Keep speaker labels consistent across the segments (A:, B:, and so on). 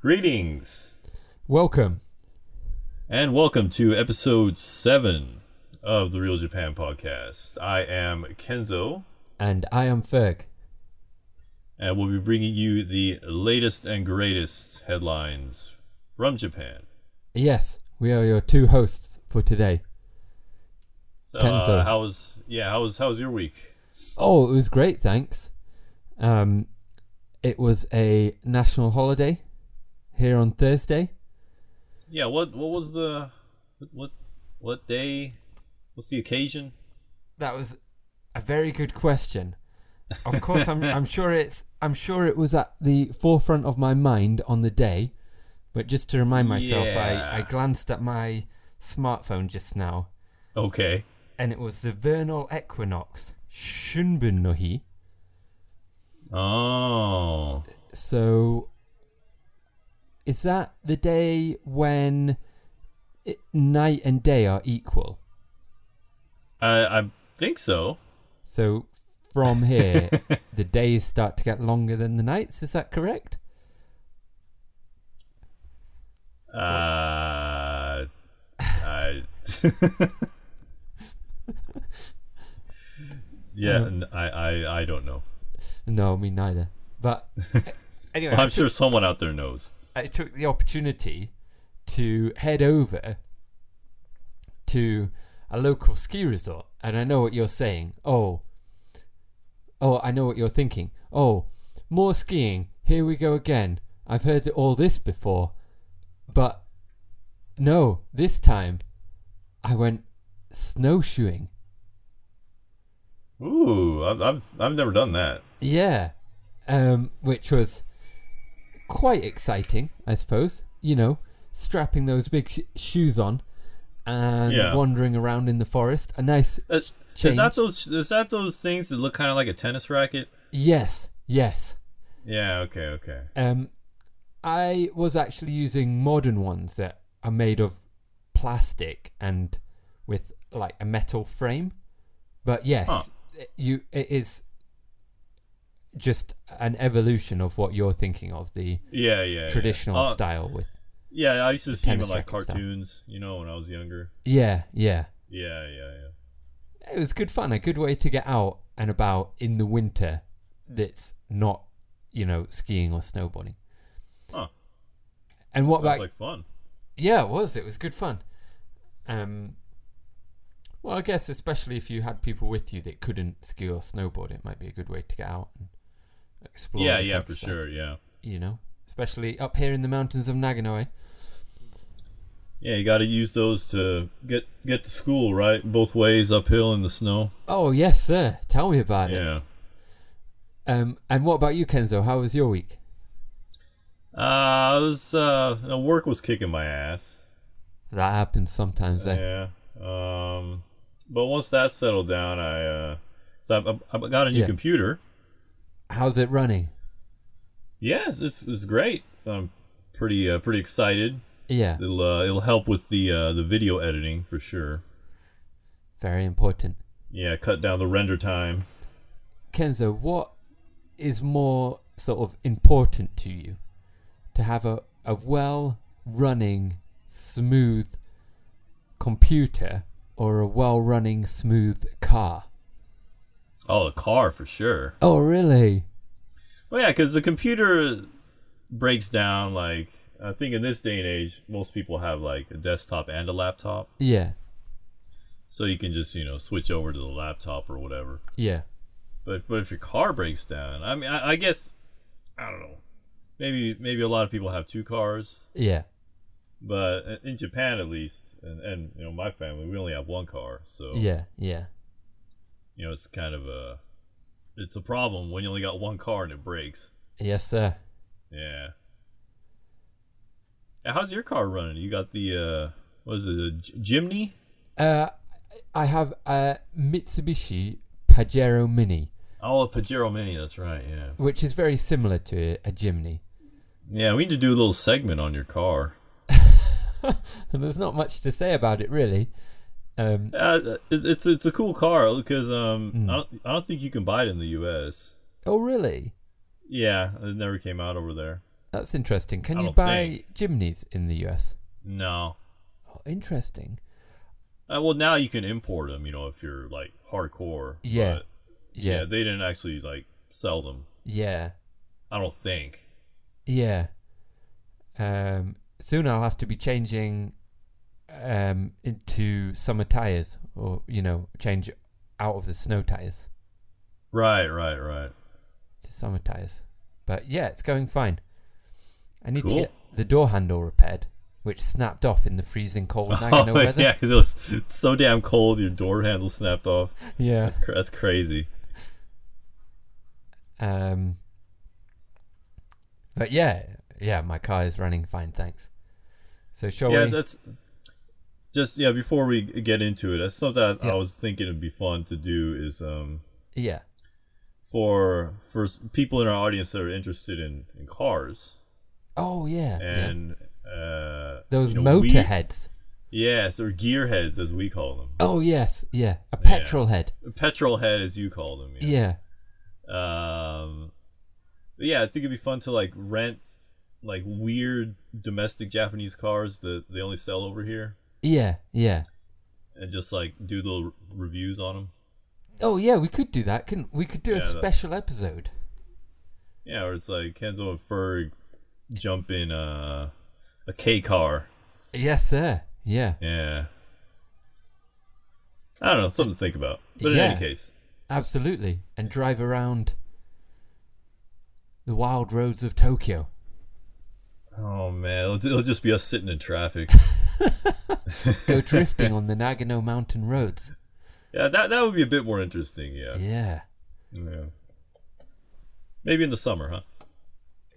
A: Greetings
B: Welcome.
A: and welcome to episode seven of the Real Japan podcast. I am Kenzo,
B: And I am Ferg.
A: and we'll be bringing you the latest and greatest headlines from Japan.
B: Yes, we are your two hosts for today.
A: So,
B: Kenzo.
A: Uh, how was yeah? How was how was your week?
B: Oh, it was great, thanks. Um, it was a national holiday here on Thursday.
A: Yeah. What what was the what what, what day? What's the occasion?
B: That was a very good question. Of course, I'm, I'm sure it's I'm sure it was at the forefront of my mind on the day, but just to remind myself,
A: Yeah.
B: I, I glanced at my smartphone just now,
A: Okay.
B: and it was the vernal equinox, Shunbun no hi.
A: Oh.
B: So, is that the day when it, night and day are equal?
A: I I think so.
B: So, from here, the days start to get longer than the nights. Is that correct?
A: Uh, I. yeah, n- I, I, I don't know.
B: No, me neither. But anyway,
A: Well,
B: I,
A: I'm sure someone out there knows.
B: I uh, took the opportunity to head over to a local ski resort, and I know what you're saying. Oh, oh, I know what you're thinking. Oh, more skiing. Here we go again. I've heard all this before, but no, this time I went snowshoeing.
A: Ooh, I've, I've, I've never done that.
B: Yeah, um, which was quite exciting, I suppose. You know, strapping those big sh- shoes on and
A: Yeah.
B: wandering around in the forest. A nice
A: Is, is
B: change.
A: that those? Is that those things that look kind of like a tennis racket?
B: yes, yes.
A: Yeah. Okay. Okay.
B: Um, I was actually using modern ones that are made of plastic and with like a metal frame. But yes, it- you it is just an evolution of what you're thinking of the
A: Yeah. Yeah. yeah.
B: traditional
A: Uh,
B: style with
A: Yeah, I used to see them in
B: tennis
A: like
B: racket style.
A: cartoons, you know, when I was younger.
B: yeah yeah
A: Yeah. Yeah. Yeah.
B: it was good fun a good way to get out and about in the winter that's not you know skiing or snowboarding
A: Huh.
B: and what
A: Sounds
B: about
A: like fun.
B: yeah it was it was good fun um well i guess especially if you had people with you that couldn't ski or snowboard it might be a good way to get out and explore
A: Yeah.
B: the
A: Yeah. For
B: countryside,
A: sure. Yeah.
B: you know especially up here in the mountains of naganoe
A: Yeah, you got to use those to get get to school, right? Both ways, uphill in the snow.
B: oh yes sir tell me about it
A: Yeah.
B: um and what about you kenzo how was your week
A: Uh, I was uh, no, work was kicking my ass.
B: That happens sometimes. Eh?
A: Yeah. Um, but once that settled down, I uh, so I, I I got a new
B: Yeah.
A: computer.
B: How's it running?
A: Yeah, it's it's great. I'm pretty uh, pretty excited.
B: Yeah,
A: It'll uh, it'll help with the uh, the video editing for sure.
B: very important.
A: Yeah, cut down the render time.
B: Kenzo, what is more sort of important to you? To have a, a well running, smooth computer or a well running, smooth car?
A: Oh, the car for sure.
B: Oh, really?
A: Well, yeah, because the computer breaks down. Like, I think in this day and age, most people have like a desktop and a laptop,
B: Yeah,
A: so you can just you know switch over to the laptop or whatever.
B: yeah,
A: But but if your car breaks down, I mean, I, I guess I don't know. Maybe maybe a lot of people have two cars,
B: yeah,
A: but in- in Japan at least, and, and you know my family, we only have one car, so
B: yeah, yeah.
A: you know it's kind of a it's a problem when you only got one car and it breaks.
B: Yes, sir.
A: Yeah. Now, How's your car running? You got the uh what is it, a G- Jimny?
B: Uh, I have a Mitsubishi Pajero Mini,
A: Oh, a Pajero Mini, that's right, yeah.
B: which is very similar to a, a Jimny.
A: Yeah, we need to do a little segment on your car.
B: And there's not much to say about it really. Um,
A: Uh, it, it's it's a cool car because um
B: Mm.
A: I, don't, I don't think you can buy it in the US.
B: oh really?
A: Yeah, it never came out over there.
B: That's interesting. Can
A: I
B: you
A: don't
B: buy
A: think.
B: Jimneys in the US?
A: No.
B: Oh, interesting.
A: Uh, well, now you can import them, you know, if you're like hardcore.
B: Yeah.
A: but, yeah.
B: Yeah.
A: They didn't actually like sell them.
B: Yeah.
A: I don't think.
B: Yeah. Um, soon I'll have to be changing um, into summer tires, or you know, change out of the snow tires
A: Right, right, right.
B: to summer tires. But yeah, it's going fine. I need to
A: Cool.
B: get the door handle repaired, which snapped off in the freezing cold Nagano
A: Oh, yeah,
B: weather.
A: 'cause it was so damn cold. Your door handle snapped off.
B: yeah.
A: Cra- That's crazy.
B: Um, but yeah, yeah, my car is running fine, thanks. So shall
A: yeah,
B: we?
A: that's just yeah. Before we get into it, that's something I,
B: Yeah.
A: I was thinking it'd be fun to do is um
B: Yeah,
A: for for s- people in our audience that are interested in, in cars
B: Oh yeah. yeah.
A: and uh
B: Those
A: you know, we-
B: motorheads.
A: yes, or gearheads as we call them,
B: Oh yes, yeah. A petrol head.
A: petrol head as you call them. you know.
B: Yeah.
A: Um, but yeah, I think it'd be fun to like rent like weird domestic Japanese cars that they only sell over here,
B: Yeah. Yeah.
A: and just like do little reviews on them.
B: Oh yeah, we could do that. Can we could do a
A: Yeah, that-
B: special episode?
A: Yeah, or it's like Kenzo and Ferg jump in uh, a K car.
B: Yes, sir. Yeah.
A: Yeah. I don't know, something to think about. But in
B: Yeah.
A: any case,
B: Absolutely. And drive around the wild roads of Tokyo.
A: oh man, it'll, it'll just be us sitting in traffic.
B: Go drifting on the Nagano mountain roads.
A: yeah, that that would be a bit more interesting. Yeah.
B: Yeah.
A: yeah. Maybe in the summer, huh?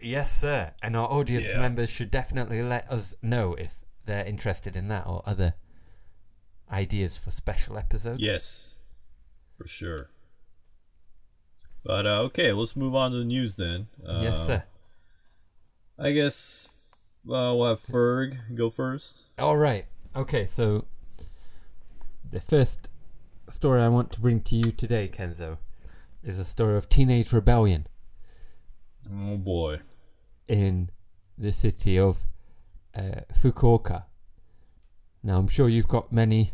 B: Yes, sir. And our audience
A: Yeah.
B: members should definitely let us know if they're interested in that or other ideas for special episodes.
A: Yes, for sure. But uh, okay, let's move on to the news then. Uh,
B: Yes, sir.
A: I guess uh, we'll have Ferg go first.
B: All right. Okay, so the first story I want to bring to you today, Kenzo, is a story of teenage rebellion
A: Oh boy.
B: in the city of uh, Fukuoka. Now, I'm sure you've got many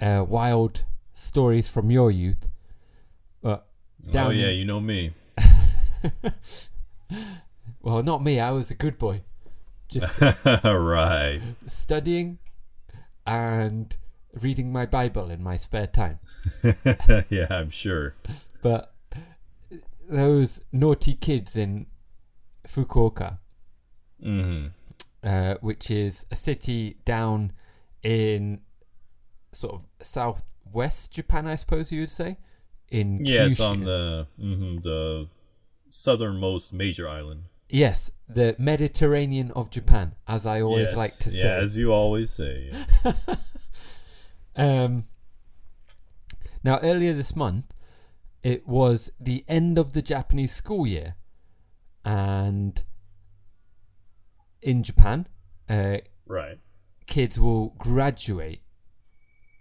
B: uh, wild stories from your youth, but
A: Oh
B: Down-
A: yeah, you know me.
B: well, not me. I was a good boy, just
A: right.
B: studying and reading my Bible in my spare time.
A: yeah, I'm sure.
B: But those naughty kids in Fukuoka,
A: hmm
B: uh, which is a city down in sort of southwest Japan, I suppose you would say. In
A: Yeah, it's on
B: Kyushu.
A: the hmm the southernmost major island.
B: yes, the Mediterranean of Japan, as I always
A: Yes.
B: like to say.
A: Yeah, as you always say. yeah.
B: Um, now, earlier this month, it was the end of the Japanese school year, and in Japan, uh,
A: right.
B: kids will graduate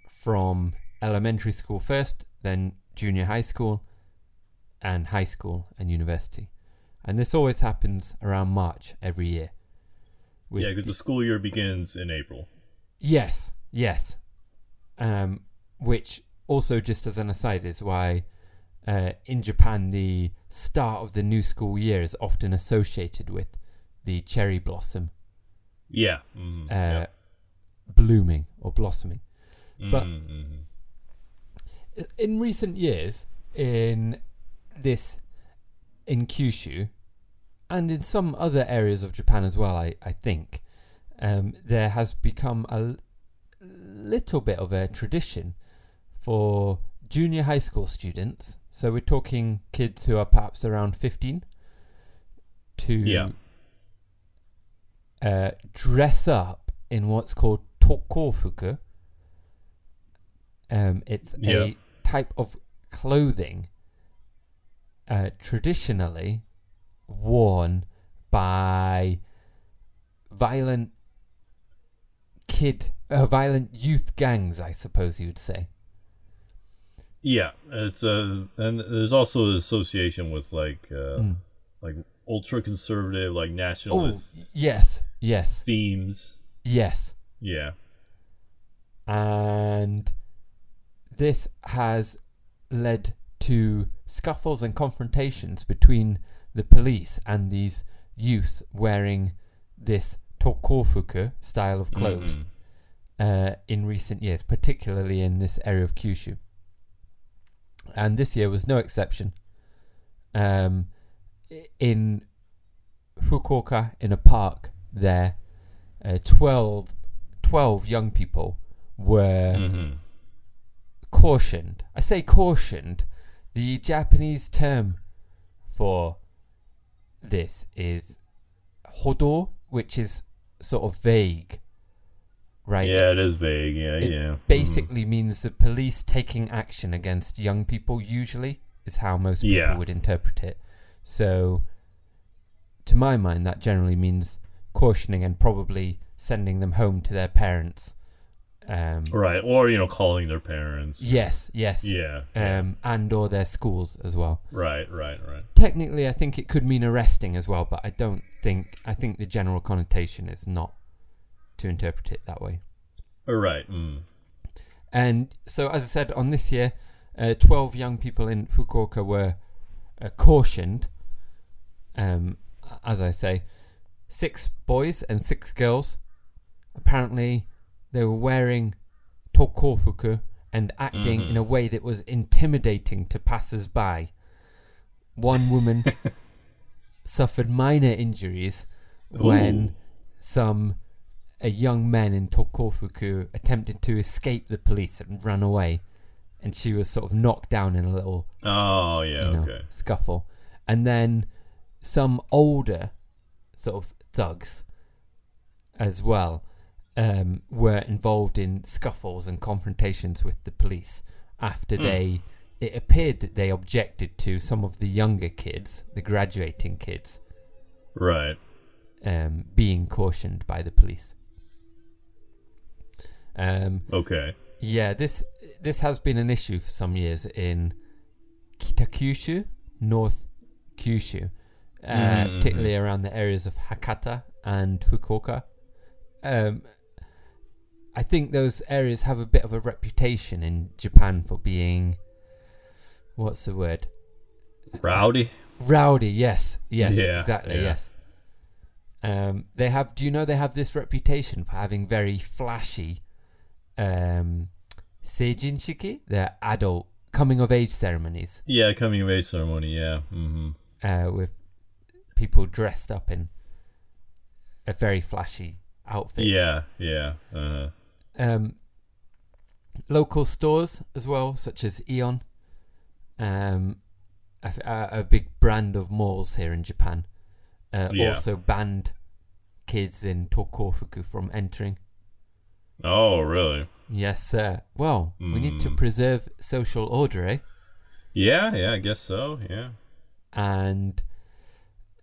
B: from elementary school first, then junior high school, and high school and university. And this always happens around March every year. with-
A: Yeah, because the school year begins in April.
B: Yes, yes. Um, which also, just as an aside, is why uh, in Japan the start of the new school year is often associated with the cherry blossom
A: Yeah. mhm,
B: uh,
A: yeah.
B: blooming or blossoming. but-
A: Mhm, mhm.
B: In recent years, in this in Kyushu and in some other areas of Japan as well, I, I think um, there has become a l- little bit of a tradition for junior high school students. So we're talking kids who are perhaps around 15 to
A: Yeah.
B: uh, dress up in what's called tokofuku. Um, it's
A: Yeah.
B: a type of clothing uh, traditionally worn by violent kid, uh, violent youth gangs, I suppose you would say.
A: Yeah, it's a and there's also an association with uh, like uh, like ultra conservative, like
B: Oh,
A: nationalist
B: yes, yes,
A: themes.
B: yes.
A: Yeah.
B: and this has led to scuffles and confrontations between the police and these youths wearing this tokofuku style
A: Mm-hmm.
B: of clothes uh, in recent years, particularly in this area of Kyushu. And this year was no exception. Um, i- in Fukuoka, in a park there, uh, 12, 12 young people were
A: Mm-hmm.
B: cautioned. I say cautioned. The Japanese term for this is hodo, which is sort of vague, right?
A: Yeah, it is vague. Yeah,
B: It
A: yeah.
B: Basically means the police taking action against young people. Usually is how most people
A: Yeah.
B: would interpret it. So, to my mind, that generally means cautioning and probably sending them home to their parents. Um,
A: Mm-hmm. Right. Or, you know, calling their parents.
B: yes, yes
A: Yeah.
B: um, and or their schools as well.
A: Right, right, right.
B: Technically, I think it could mean arresting as well, but I don't think I think the general connotation is not to interpret it that way.
A: All right. Mm.
B: And so, as I said, on this year, uh, twelve young people in Fukuoka were uh, cautioned. Um, as I say, six boys and six girls. Apparently, they were wearing tokofuku and acting
A: Mhm.
B: in a way that was intimidating to passers-by. One woman suffered minor injuries when
A: Ooh.
B: some a young man in Tokofuku attempted to escape the police and ran away, and she was sort of knocked down in a little s-
A: Oh, yeah,
B: you know,
A: okay.
B: scuffle, and then some older sort of thugs as well um, were involved in scuffles and confrontations with the police after
A: Hmm.
B: they it appeared that they objected to some of the younger kids, the graduating kids,
A: Right.
B: um, being cautioned by the police. Um,
A: Okay.
B: yeah, this this has been an issue for some years in Kitakyushu, North Kyushu, uh,
A: Mm.
B: particularly around the areas of Hakata and Fukuoka. Um, I think those areas have a bit of a reputation in Japan for being, what's the word?
A: Rowdy.
B: Rowdy, yes, yes,
A: Yeah,
B: exactly,
A: yeah.
B: yes. Um, they have. Do you know they have this reputation for having very flashy, um, seijinshiki, their adult coming of age ceremonies,
A: Yeah, coming of age ceremony. Yeah. Mm-hmm.
B: uh, with people dressed up in a very flashy outfits.
A: Yeah, yeah. Uh,
B: Um, local stores as well, such as Eon, um, a, f- a- a big brand of malls here in Japan, uh,
A: Yeah.
B: also banned kids in Tokofuku from entering.
A: oh, really?
B: Yes, sir. Well, we need to
A: Mm.
B: preserve social order, eh?
A: Yeah, yeah. I guess so. Yeah.
B: And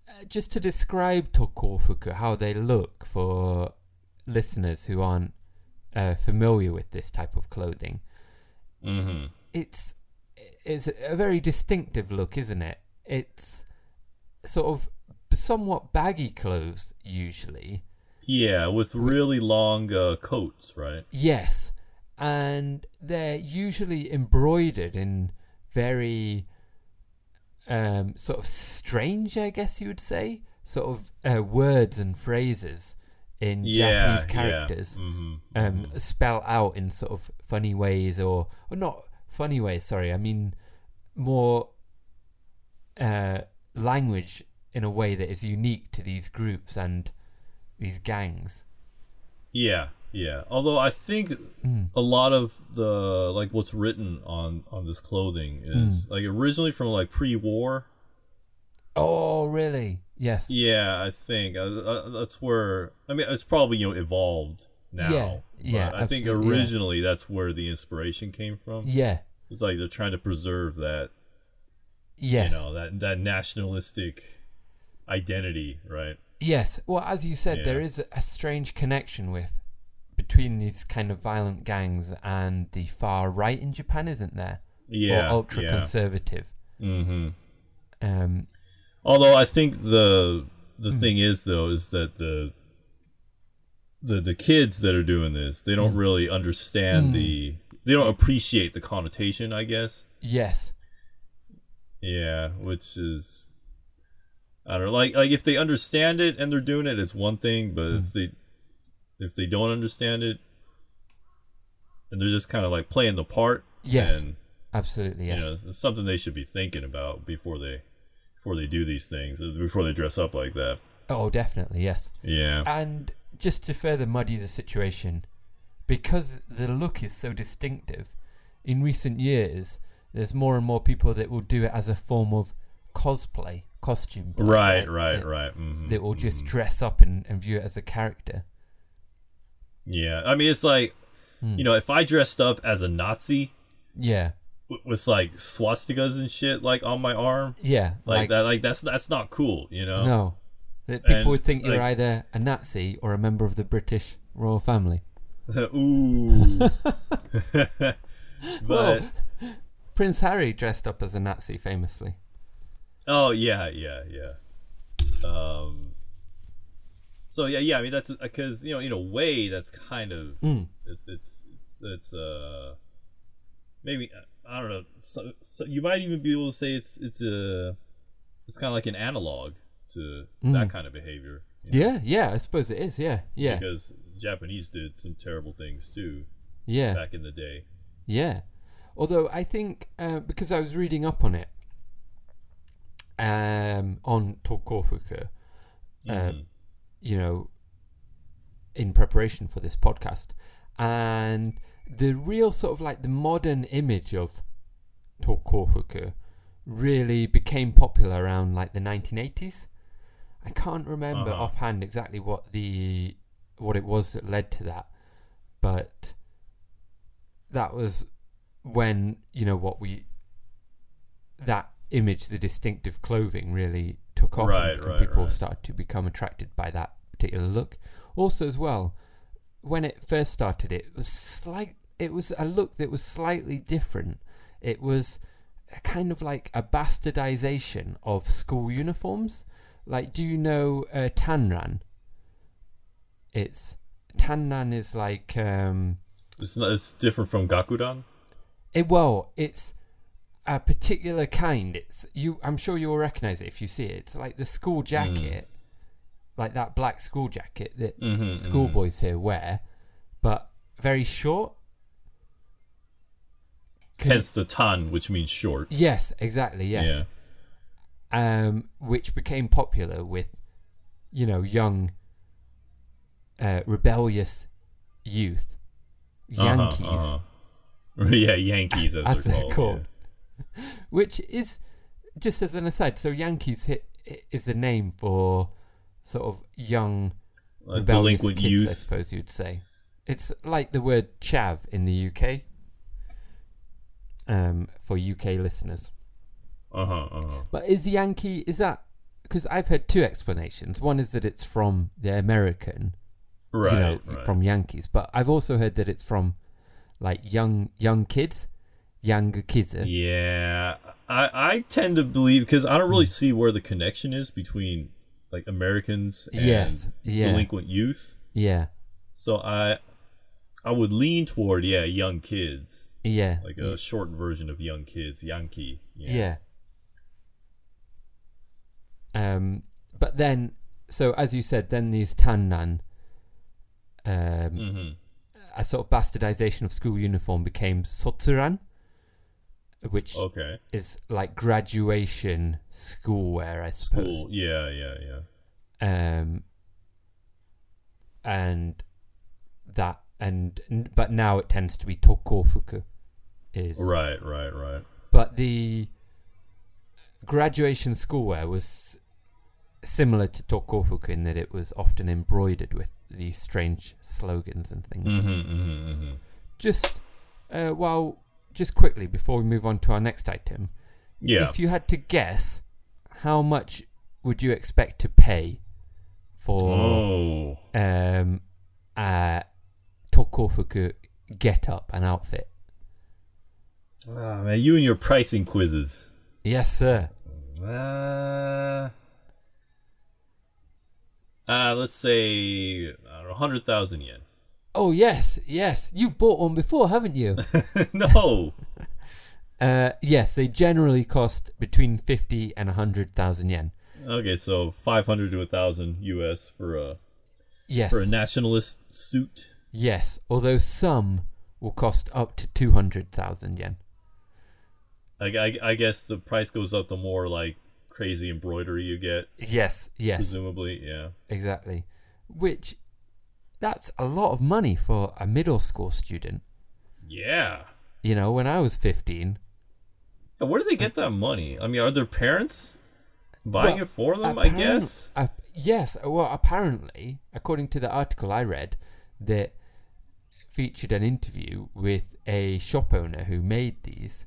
B: uh, just to describe Tokofuku, how they look for listeners who aren't uh, familiar with this type of clothing.
A: Mm-hmm.
B: it's it's a very distinctive look, isn't it? It's sort of somewhat baggy clothes usually.
A: Yeah, with really long uh, coats, right?
B: Yes, and they're usually embroidered in very um, sort of strange, I guess you would say, sort of uh, words and phrases in
A: yeah,
B: Japanese characters.
A: Yeah. Mm-hmm.
B: um, spell out in sort of funny ways or, or not funny ways, sorry, I mean more uh, language in a way that is unique to these groups and these gangs.
A: Yeah, yeah. Although I think
B: Hmm.
A: a lot of the like what's written on on this clothing
B: Hmm.
A: is like originally from like pre-war.
B: Oh, really? Yes.
A: Yeah, I think uh, uh, that's where I mean it's probably you know evolved now.
B: Yeah, yeah,
A: but I think
B: absolutely, yeah.
A: originally that's where the inspiration came from.
B: Yeah.
A: It's like they're trying to preserve that
B: Yes.
A: you know that that nationalistic identity, right?
B: Yes. Well, as you said,
A: Yeah.
B: there is a strange connection with between these kind of violent gangs and the far right in Japan, isn't there?
A: Yeah,
B: or ultra
A: yeah.
B: conservative.
A: Mm-hmm.
B: Um,
A: Although I think the the
B: Hmm.
A: thing is though is that the the the kids that are doing this they
B: Hmm.
A: don't really understand the they don't appreciate the connotation I guess
B: Yes.
A: yeah which is I don't know, like like if they understand it and they're doing it it's one thing but
B: Hmm.
A: if they if they don't understand it and they're just kind of like playing the part
B: Yes.
A: then,
B: Absolutely. Yes.
A: you know it's, it's something they should be thinking about before they before they do these things before they dress up like that
B: Oh, definitely. Yes.
A: yeah
B: And just to further muddy the situation, because the look is so distinctive, in recent years, there's more and more people that will do it as a form of cosplay, costume. play,
A: Right, right,
B: That,
A: right. mhm.
B: that will just dress up and, and view it as a character.
A: Yeah, I mean, it's like, you know, if I dressed up as a Nazi
B: Yeah.
A: w- with like swastikas and shit like on my arm,
B: Yeah.
A: like, that, like that's that's not cool, you know.
B: No. That people
A: And,
B: would think you're
A: like-
B: either a Nazi or a member of the British royal family.
A: Ooh. but
B: Well- Prince Harry dressed up as a Nazi famously.
A: oh yeah, yeah, yeah. Um. So yeah, yeah. I mean, that's because you know, in a way, that's kind of
B: Hmm.
A: it, it's it's it's uh maybe uh, I don't know. So, so you might even be able to say it's it's a it's kind of like an analog to
B: Hmm.
A: that kind of behavior you know,
B: Yeah, yeah, I suppose it is. Yeah, yeah,
A: because Japanese did some terrible things too
B: yeah.
A: back in the day.
B: Yeah. Although I think uh, because I was reading up on it um, on Tokofuku, um, you know, in preparation for this podcast, and the real sort of like the modern image of Tokofuku really became popular around like the 1980s. I can't remember
A: Uh-huh.
B: offhand exactly what the what it was that led to that, but that was when you know what we that image the distinctive clothing really took off
A: Right,
B: and, and
A: right,
B: people
A: right.
B: started to become attracted by that particular look also as well when it first started it was slight it was a look that was slightly different it was a kind of like a bastardization of school uniforms like do you know uh, tanran it's tanran is like um
A: It's not it's different from Gakudan.
B: it, well, it's a particular kind. It's you. I'm sure you'll recognize it if you see it. It's like the school jacket, like that black school jacket that schoolboys here wear, but very short. Can-
A: Hence the tan, which means short.
B: Yes, exactly. Yes, um, which became popular with, you know, young, uh, rebellious youth,
A: Yeah. Uh-huh,
B: Yankees.
A: uh-huh. yeah, Yankees as,
B: as
A: they're,
B: they're
A: called.
B: called. Which is just as an aside. So Yankees hit is a name for sort of young
A: yeah. Like
B: rebellious
A: delinquent
B: kids, I
A: youth.
B: suppose you'd say. It's like the word chav in the UK. Um, for UK listeners,
A: Uh huh. Uh-huh.
B: but is Yankee is that? Because I've heard two explanations. One is that it's from the American,
A: Right.
B: you know,
A: right.
B: from Yankees. But I've also heard that it's from like young young kids, younger kids.
A: Yeah, I I tend to believe because I don't really
B: Hmm.
A: see where the connection is between like Americans and
B: Yes, yeah.
A: delinquent youth.
B: yeah.
A: So I I would lean toward yeah, young kids,
B: Yeah.
A: like a short version of young kids, Yankee. Yeah.
B: yeah. Um, but then, so as you said, then these Tannan, um,
A: Mm. Mm-hmm.
B: a sort of bastardization of school uniform became Sotsuran, which
A: Okay.
B: is like graduation school wear, I suppose.
A: Cool. Yeah. Yeah. Yeah.
B: Um, and that, and n- but now it tends to be Tokofuku, is
A: Right. Right. Right.
B: but the graduation schoolwear was similar to Tokofuku in that it was often embroidered with these strange slogans and things.
A: hmm hmm hmm
B: Just uh, while, just quickly before we move on to our next item,
A: Yeah.
B: if you had to guess, how much would you expect to pay for
A: oh.
B: um, a Tokofuku get up and outfit?
A: Ah, man, you and your pricing quizzes.
B: Yes, sir.
A: Uh, uh, let's say I don't know, 100,000 yen.
B: Oh yes, yes. You've bought one before, haven't you?
A: no.
B: Uh, yes, they generally cost between fifty and hundred thousand yen.
A: Okay, so 500 to 1,000 US for a
B: Yes.
A: for a nationalist suit.
B: Yes, although some will cost up to two hundred thousand yen.
A: I, I, I guess the price goes up the more like crazy embroidery you get,
B: Yes, yes,
A: presumably. Yeah.
B: exactly. Which that's a lot of money for a middle school student.
A: Yeah.
B: You know, when I was fifteen,
A: Yeah, Where do they get that money? I mean, are their parents buying
B: Well,
A: it for them? I
B: Apparent-
A: guess.
B: uh, yes. Well, apparently, according to the article I read, that featured an interview with a shop owner who made these,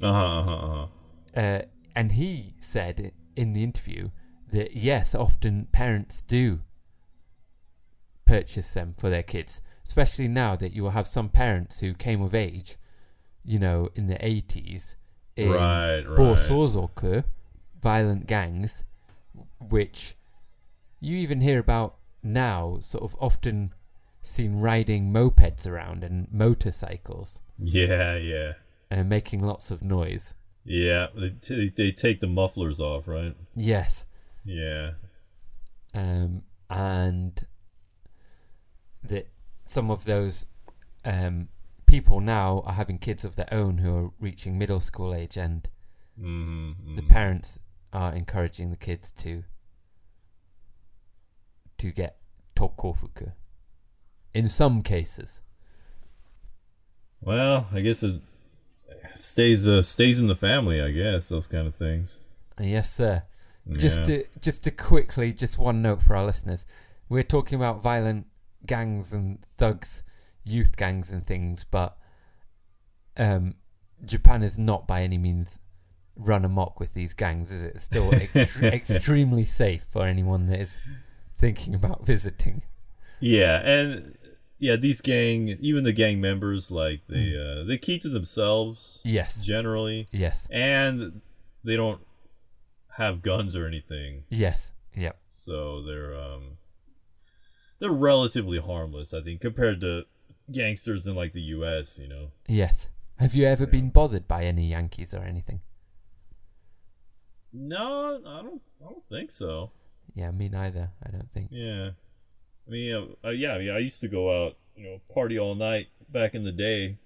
A: Uh huh. Uh-huh, uh-huh.
B: uh, and he said in the interview that yes, often parents do purchase them for their kids, especially now that you will have some parents who came of age, you know, in the eighties,
A: Right. Right.
B: Borsorzoku, violent gangs, which you even hear about now, sort of often seen riding mopeds around and motorcycles
A: Yeah. Yeah.
B: and making lots of noise.
A: Yeah. They, t- they take the mufflers off, right?
B: Yes.
A: Yeah.
B: Um, and that some of those um, people now are having kids of their own who are reaching middle school age, and
A: Mm-hmm.
B: the parents are encouraging the kids to to get tokofuku in some cases
A: Well, I guess it stays uh, stays in the family. I guess those kind of things.
B: Uh, yes sir just
A: Yeah.
B: to just to quickly just one note for our listeners we're talking about violent gangs and thugs youth gangs and things but um japan is not by any means run amok with these gangs is it it's still extre- extremely safe for anyone that is thinking about visiting
A: Yeah, and yeah, these gang, even the gang members, like they uh, they keep to themselves
B: yes
A: generally,
B: yes
A: and they don't have guns or anything,
B: Yes. Yep.
A: so they're um they're relatively harmless, I think, compared to gangsters in like the U.S. You know,
B: Yes. Have you ever been bothered by any Yankees or anything?
A: no, I don't, I don't think so.
B: Yeah, me neither. I don't think.
A: Yeah, I mean, uh, uh, yeah, yeah, I used to go out, you know, party all night back in the day,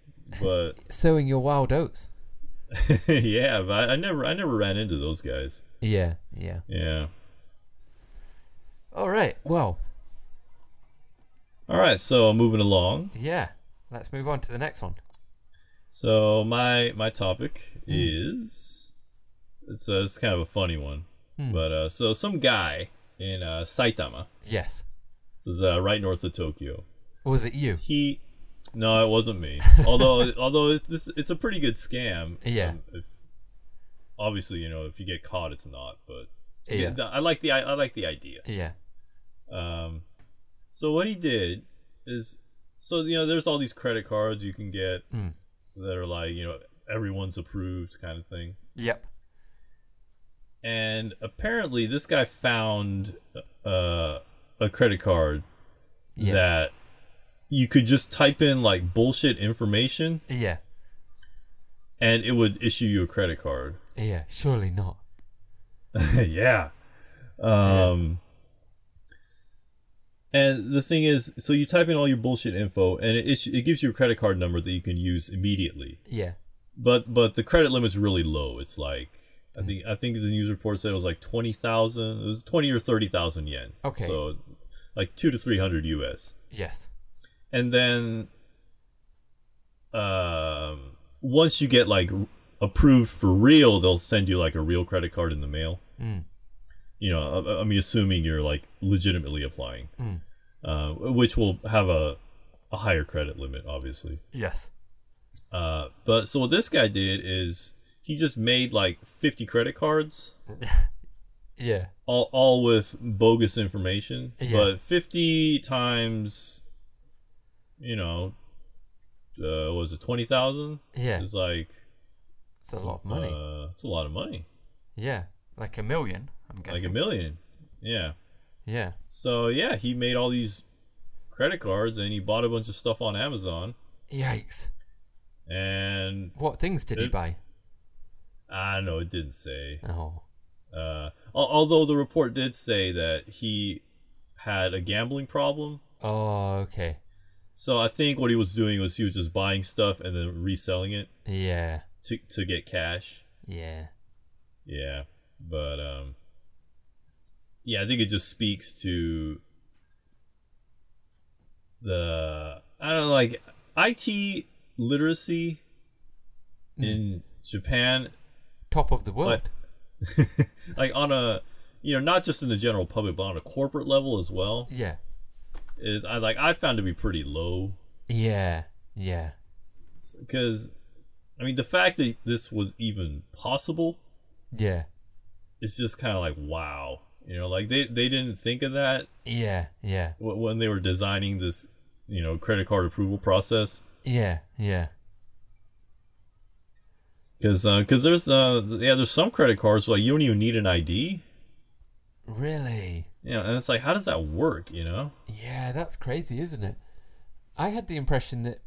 A: but
B: Sowing your wild oats.
A: yeah, but I, I never, I never ran into those guys.
B: Yeah. Yeah.
A: Yeah.
B: All right. Well.
A: All right, so moving along.
B: Yeah. Let's move on to the next one.
A: So my my topic is it's, a, it's kind of a funny one, but uh, so some guy in uh, Saitama,
B: Yes.
A: this is uh, right north of Tokyo.
B: Or was it you?
A: He, no, it wasn't me. although although it's, this it's a pretty good scam. Um,
B: Yeah.
A: if, obviously, you know, if you get caught, it's not. But
B: Yeah.
A: yeah, I like the I, I like the idea.
B: Yeah.
A: Um, so what he did is, so you know, there's all these credit cards you can get
B: Mm.
A: that are like you know everyone's approved kind of thing.
B: Yep.
A: And apparently, this guy found uh, a credit card
B: Yeah.
A: that you could just type in like bullshit information,
B: Yeah.
A: and it would issue you a credit card.
B: Yeah. Surely not.
A: yeah. Um and the thing is so you type in all your bullshit info and it issu- it gives you a credit card number that you can use immediately.
B: Yeah.
A: But but the credit limit's really low. It's like I think I think the news report said it was like 20,000 it was 20 or 30,000 yen.
B: Okay.
A: So like 2 to 300 US.
B: Yes.
A: And then um once you get like approved for real, they'll send you like a real credit card in the mail
B: Mm.
A: you know, I, I mean, assuming you're like legitimately applying,
B: Mm.
A: uh, which will have a, a higher credit limit, obviously.
B: Yes.
A: Uh, but so what this guy did is he just made like 50 credit cards,
B: Yeah.
A: all, all with bogus information,
B: Yeah.
A: but 50 times, you know, uh, was it 20,000?
B: Yeah.
A: It's like,
B: It's a lot of money.
A: uh, it's a lot of money.
B: Yeah, like a million. I'm guessing.
A: like a million. Yeah.
B: Yeah.
A: So yeah, he made all these credit cards and he bought a bunch of stuff on Amazon
B: Yikes!
A: and
B: What things did he
A: It-
B: buy?
A: I don't know, it didn't say.
B: Oh,
A: Uh, al- although the report did say that he had a gambling problem.
B: oh, okay.
A: So I think what he was doing was he was just buying stuff and then reselling it
B: Yeah,
A: to to get cash.
B: yeah,
A: Yeah, but um, yeah, I think it just speaks to the I don't know, like IT literacy in Japan,
B: top of the world.
A: like on a you know not just in the general public, but on a corporate level as well.
B: Yeah,
A: Is I like I found to be pretty low
B: yeah, yeah,
A: because I mean the fact that this was even possible
B: yeah,
A: it's just kind of like wow you know like they they didn't think of that
B: yeah, yeah,
A: wh- when they were designing this you know credit card approval process
B: yeah, yeah,
A: because because there's uh yeah there's some credit cards where, like you don't even need an id
B: really.
A: you know and it's like how does that work you know
B: Yeah, that's crazy, isn't it? I had the impression that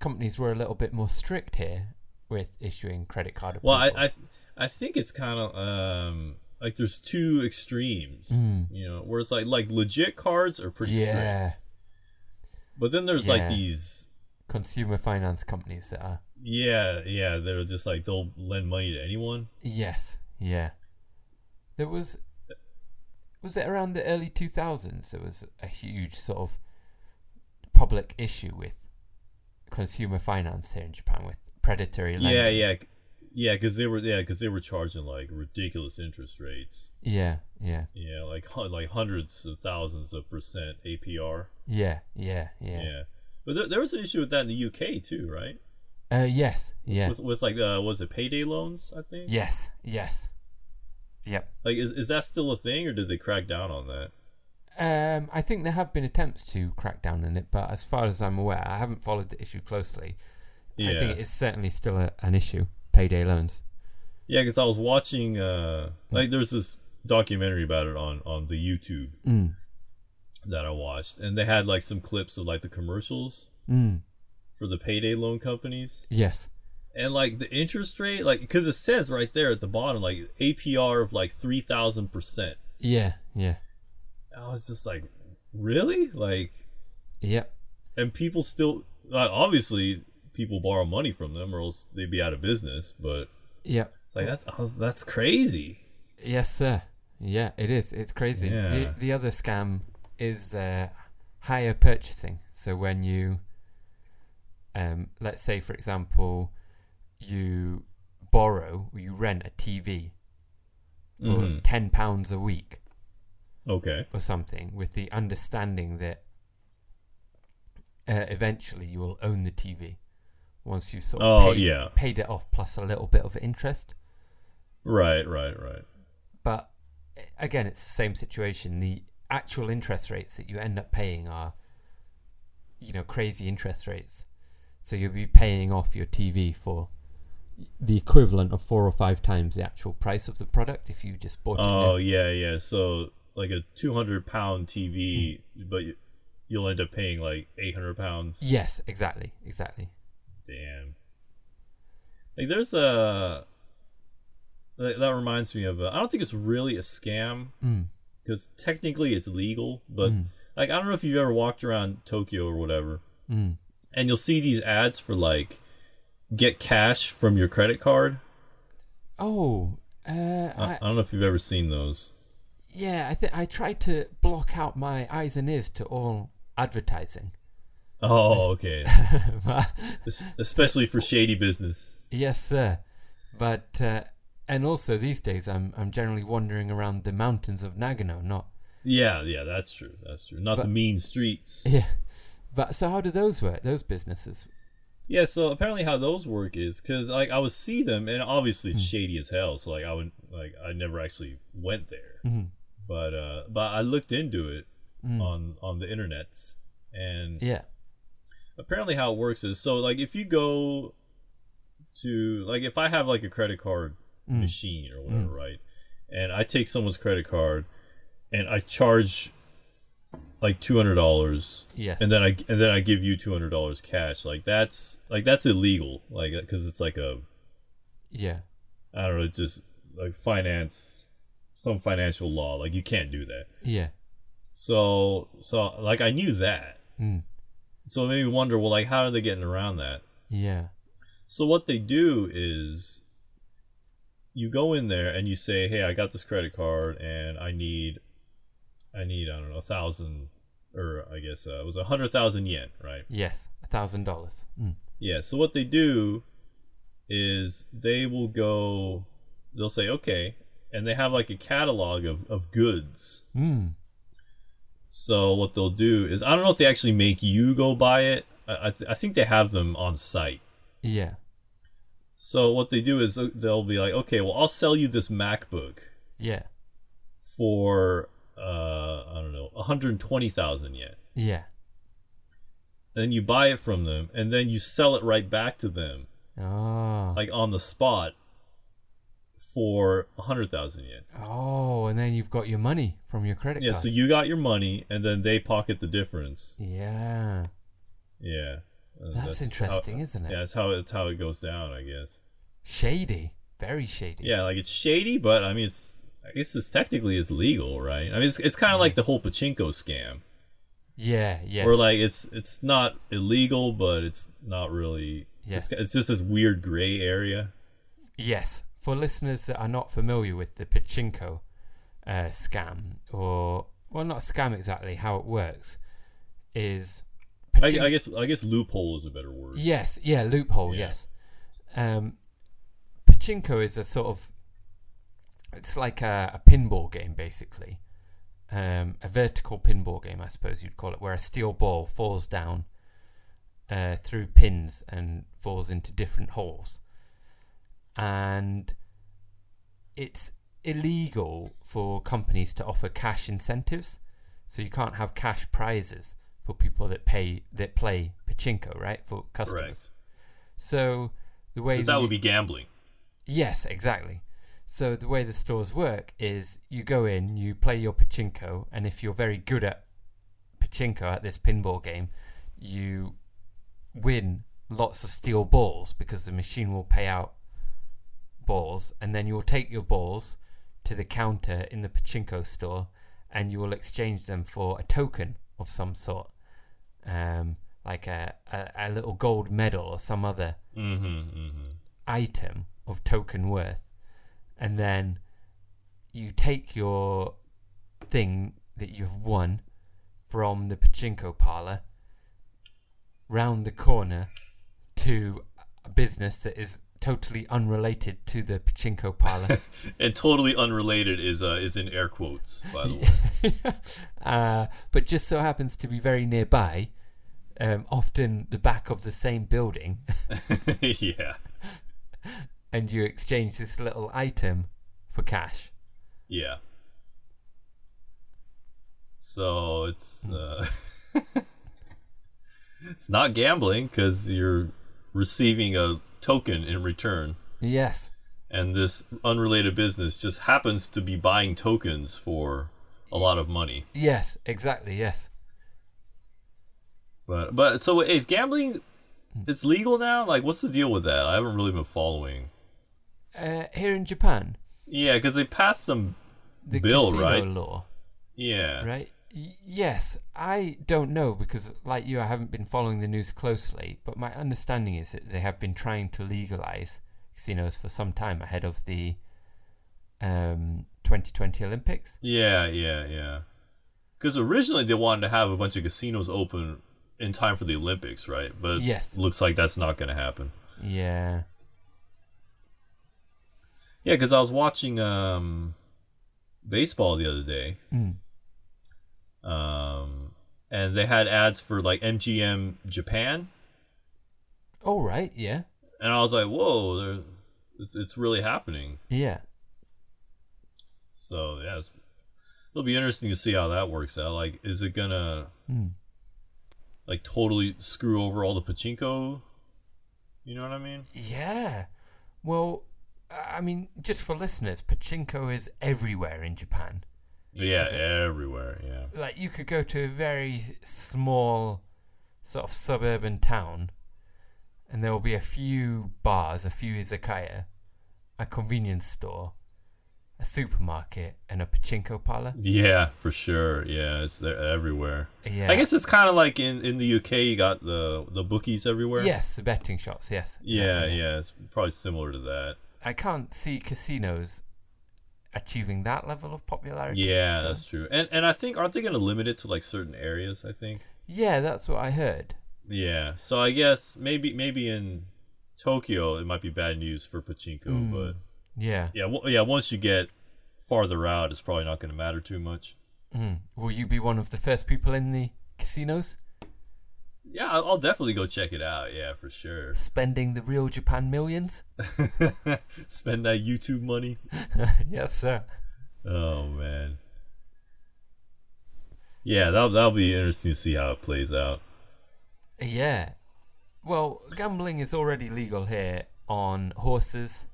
B: companies were a little bit more strict here with issuing credit card
A: well i
B: approvals.
A: i, I think it's kind of um like there's two extremes you know where it's like like legit cards are pretty strict
B: Mm. yeah,
A: but then there's like
B: Yeah.
A: these
B: consumer finance companies that are.
A: yeah yeah they're just like they'll lend money to anyone
B: Yes, yeah. There was was it around the early 2000s there was a huge sort of public issue with consumer finance here in Japan with predatory lending.
A: Yeah, yeah, c- yeah, because they were yeah, because they were charging like ridiculous interest rates.
B: Yeah, yeah.
A: Yeah, like hun- like hundreds of thousands of percent APR.
B: Yeah, yeah,
A: Yeah,
B: yeah.
A: but there, there was an issue with that in the UK too, right?
B: Uh yes, yeah.
A: With with like uh, was it payday loans? I think.
B: Yes, yes. Yep.
A: Like, is is that still a thing, or did they crack down on that?
B: Um I think there have been attempts to crack down on it, but as far as I'm aware, I haven't followed the issue closely.
A: Yeah,
B: I think it's certainly still a, an issue, payday loans.
A: yeah, because I was watching uh
B: Hmm.
A: like there's this documentary about it on on the YouTube
B: Mm.
A: that I watched, and they had like some clips of like the commercials
B: Mm.
A: for the payday loan companies.
B: Yes.
A: and like the interest rate like because it says right there at the bottom like apr of like 3000%
B: Yeah, yeah.
A: i was just like really like
B: Yep.
A: and people still uh, obviously people borrow money from them or else they'd be out of business but
B: Yep.
A: it's like that's I was, that's crazy
B: Yes, sir. Yeah, it is. It's crazy.
A: Yeah.
B: The, the other scam is uh, higher purchasing. So when you, um, let's say, for example, you borrow, or you rent a TV for
A: Mhm.
B: ten pounds a week
A: okay
B: or something, with the understanding that uh, eventually you will own the TV once you sort of
A: Oh,
B: paid,
A: yeah.
B: paid it off plus a little bit of interest.
A: right right right
B: but eh, again, it's the same situation. The actual interest rates that you end up paying are, you know, crazy interest rates. So you'll be paying off your TV for the equivalent of four or five times the actual price of the product if you just bought
A: oh
B: it.
A: yeah yeah so like a 200 pound tv but you, you'll end up paying like 800 pounds
B: Yes, exactly, exactly.
A: Damn. Like there's a that, that reminds me of I I don't think it's really a scam
B: Mm.
A: because technically it's legal, but like I don't know if you've ever walked around Tokyo or whatever,
B: Mm.
A: and you'll see these ads for like get cash from your credit card.
B: Oh, uh,
A: I, I
B: I,
A: don't know if you've ever seen those.
B: yeah. I think I tried to block out my eyes and ears to all advertising.
A: Oh, okay.
B: But-
A: Es- Especially for shady business.
B: Yes, sir. But uh, and also these days, I'm I'm generally wandering around the mountains of Nagano. Not
A: Yeah, yeah, that's true. That's true. Not the
B: But-
A: mean streets.
B: yeah. But so how do those work? Those businesses?
A: Yeah, so apparently how those work is because like I would see them, and obviously it's shady as hell. So like I would like I never actually went there,
B: Mhm.
A: but uh, but I looked into it on on the internets, and
B: Yeah.
A: apparently how it works is so like if you go to like if I have like a credit card machine or whatever, right? And I take someone's credit card and I charge like two hundred dollars,
B: Yes.
A: and then I and then I give you two hundred dollars cash. Like that's like that's illegal, like because it's like a
B: yeah.
A: I don't know, it's just like finance, some financial law. Like you can't do that.
B: Yeah.
A: So so like I knew that.
B: Mm.
A: So it made me wonder, well, like how are they getting around that?
B: Yeah.
A: So what they do is you go in there and you say, "Hey, I got this credit card and I need I need I don't know, a 1,000 or I guess uh, it was a 100,000 yen, right?"
B: Yes. A thousand dollars. Mm.
A: Yeah, so what they do is they will go they'll say, "Okay," and they have like a catalog of of goods.
B: Mm.
A: So what they'll do is I don't know if they actually make you go buy it. I I, th- I think they have them on site.
B: Yeah.
A: So what they do is uh, they'll be like, okay, well, I'll sell you this MacBook
B: Yeah.
A: for uh, I don't know, 120,000 yen.
B: Yeah.
A: Then you buy it from them, and then you sell it right back to them,
B: Oh.
A: like on the spot, for 100,000 yen.
B: oh, and then you've got your money from your credit
A: Yeah,
B: card.
A: so you got your money, and then they pocket the difference.
B: yeah.
A: Yeah, Uh,
B: That's,
A: how-
B: interesting, isn't it?
A: Yeah, that's how it's how it goes down, I guess.
B: Shady. Very shady.
A: Yeah, like it's shady, but I mean, it's I guess it's technically it's legal, right? I mean, it's it's kind of like the whole pachinko scam.
B: Yeah. Yes.
A: Or like it's it's not illegal, but it's not really.
B: Yes.
A: It's, it's just this weird gray area.
B: Yes, for listeners that are not familiar with the pachinko uh, scam, or well, not scam exactly, how it works is.
A: I,
B: pachin-
A: I guess I guess loophole is a better word.
B: Yes, yeah, loophole.
A: Yeah.
B: Yes, um, pachinko is a sort of. It's like a, a pinball game, basically, um, a vertical pinball game, I suppose you'd call it, where a steel ball falls down uh, through pins and falls into different holes, and it's illegal for companies to offer cash incentives, so you can't have cash prizes for people that pay that play pachinko, right? For customers.
A: Correct.
B: So the way
A: 'Cause
B: the-
A: That would be gambling.
B: yes, exactly. So the way the stores work is you go in, you play your pachinko, and if you're very good at pachinko at this pinball game, you win lots of steel balls because the machine will pay out balls, and then you'll take your balls to the counter in the pachinko store, and you will exchange them for a token of some sort, um, like a, a a little gold medal or some other
A: Mm-hmm, mm-hmm.
B: item of token worth, and then you take your thing that you've won from the pachinko parlor round the corner to a business that is totally unrelated to the pachinko parlor.
A: And totally unrelated is uh, is in air quotes by the way.
B: uh, but just so happens to be very nearby, um, often the back of the same building,
A: yeah,
B: and you exchange this little item for cash.
A: yeah. So it's uh, it's not gambling because you're receiving a token in return.
B: Yes.
A: and this unrelated business just happens to be buying tokens for a lot of money.
B: Yes, exactly. Yes.
A: But but so is gambling it's legal now? Like what's the deal with that? I haven't really been following.
B: Uh, here in Japan,
A: Yeah, cuz they passed some
B: the
A: Bill,
B: casino
A: right?
B: law,
A: yeah.
B: right? Y- yes, I don't know because, like you, I haven't been following the news closely. But my understanding is that they have been trying to legalize casinos for some time ahead of the um, 2020 Olympics.
A: Yeah, yeah, yeah. Cuz originally they wanted to have a bunch of casinos open in time for the Olympics, right? But
B: Yes.
A: looks like that's not going to happen.
B: Yeah.
A: Yeah, because I was watching um, baseball the other day,
B: Mm.
A: um, and they had ads for like MGM Japan,
B: All Oh, right. Yeah.
A: and I was like, "Whoa, they're- it's, it's really happening!"
B: Yeah.
A: So yeah, it's, it'll be interesting to see how that works out. Like, is it gonna
B: Mm.
A: like totally screw over all the pachinko? You know what I mean?
B: Yeah. Well, I mean, just for listeners, pachinko is everywhere in Japan.
A: Yeah, everywhere. Yeah.
B: Like you could go to a very small sort of suburban town, and there will be a few bars, a few izakaya, a convenience store, a supermarket, and a pachinko parlor.
A: Yeah, for sure. Yeah, it's there everywhere.
B: Yeah.
A: I guess it's kind of like in, in the UK, you got the the bookies everywhere.
B: Yes, the betting shops. Yes.
A: Yeah,
B: Yes.
A: yeah. It's probably similar to that.
B: I can't see casinos achieving that level of popularity.
A: Yeah,
B: so-
A: that's true. And and I think aren't they going to limit it to like certain areas? I think.
B: yeah, that's what I heard.
A: Yeah. So I guess maybe maybe in Tokyo it might be bad news for pachinko,
B: Hmm.
A: but
B: Yeah.
A: yeah, w- yeah. Once you get farther out, it's probably not going to matter too much.
B: Will you be one of the first people in the casinos
A: Yeah, I'll I'll definitely go check it out. Yeah, for sure.
B: spending the real Japan millions?
A: Spend that YouTube money.
B: yes, sir.
A: Oh man. Yeah, that'll that'll be interesting to see how it plays out.
B: Yeah. Well, gambling is already legal here on horses,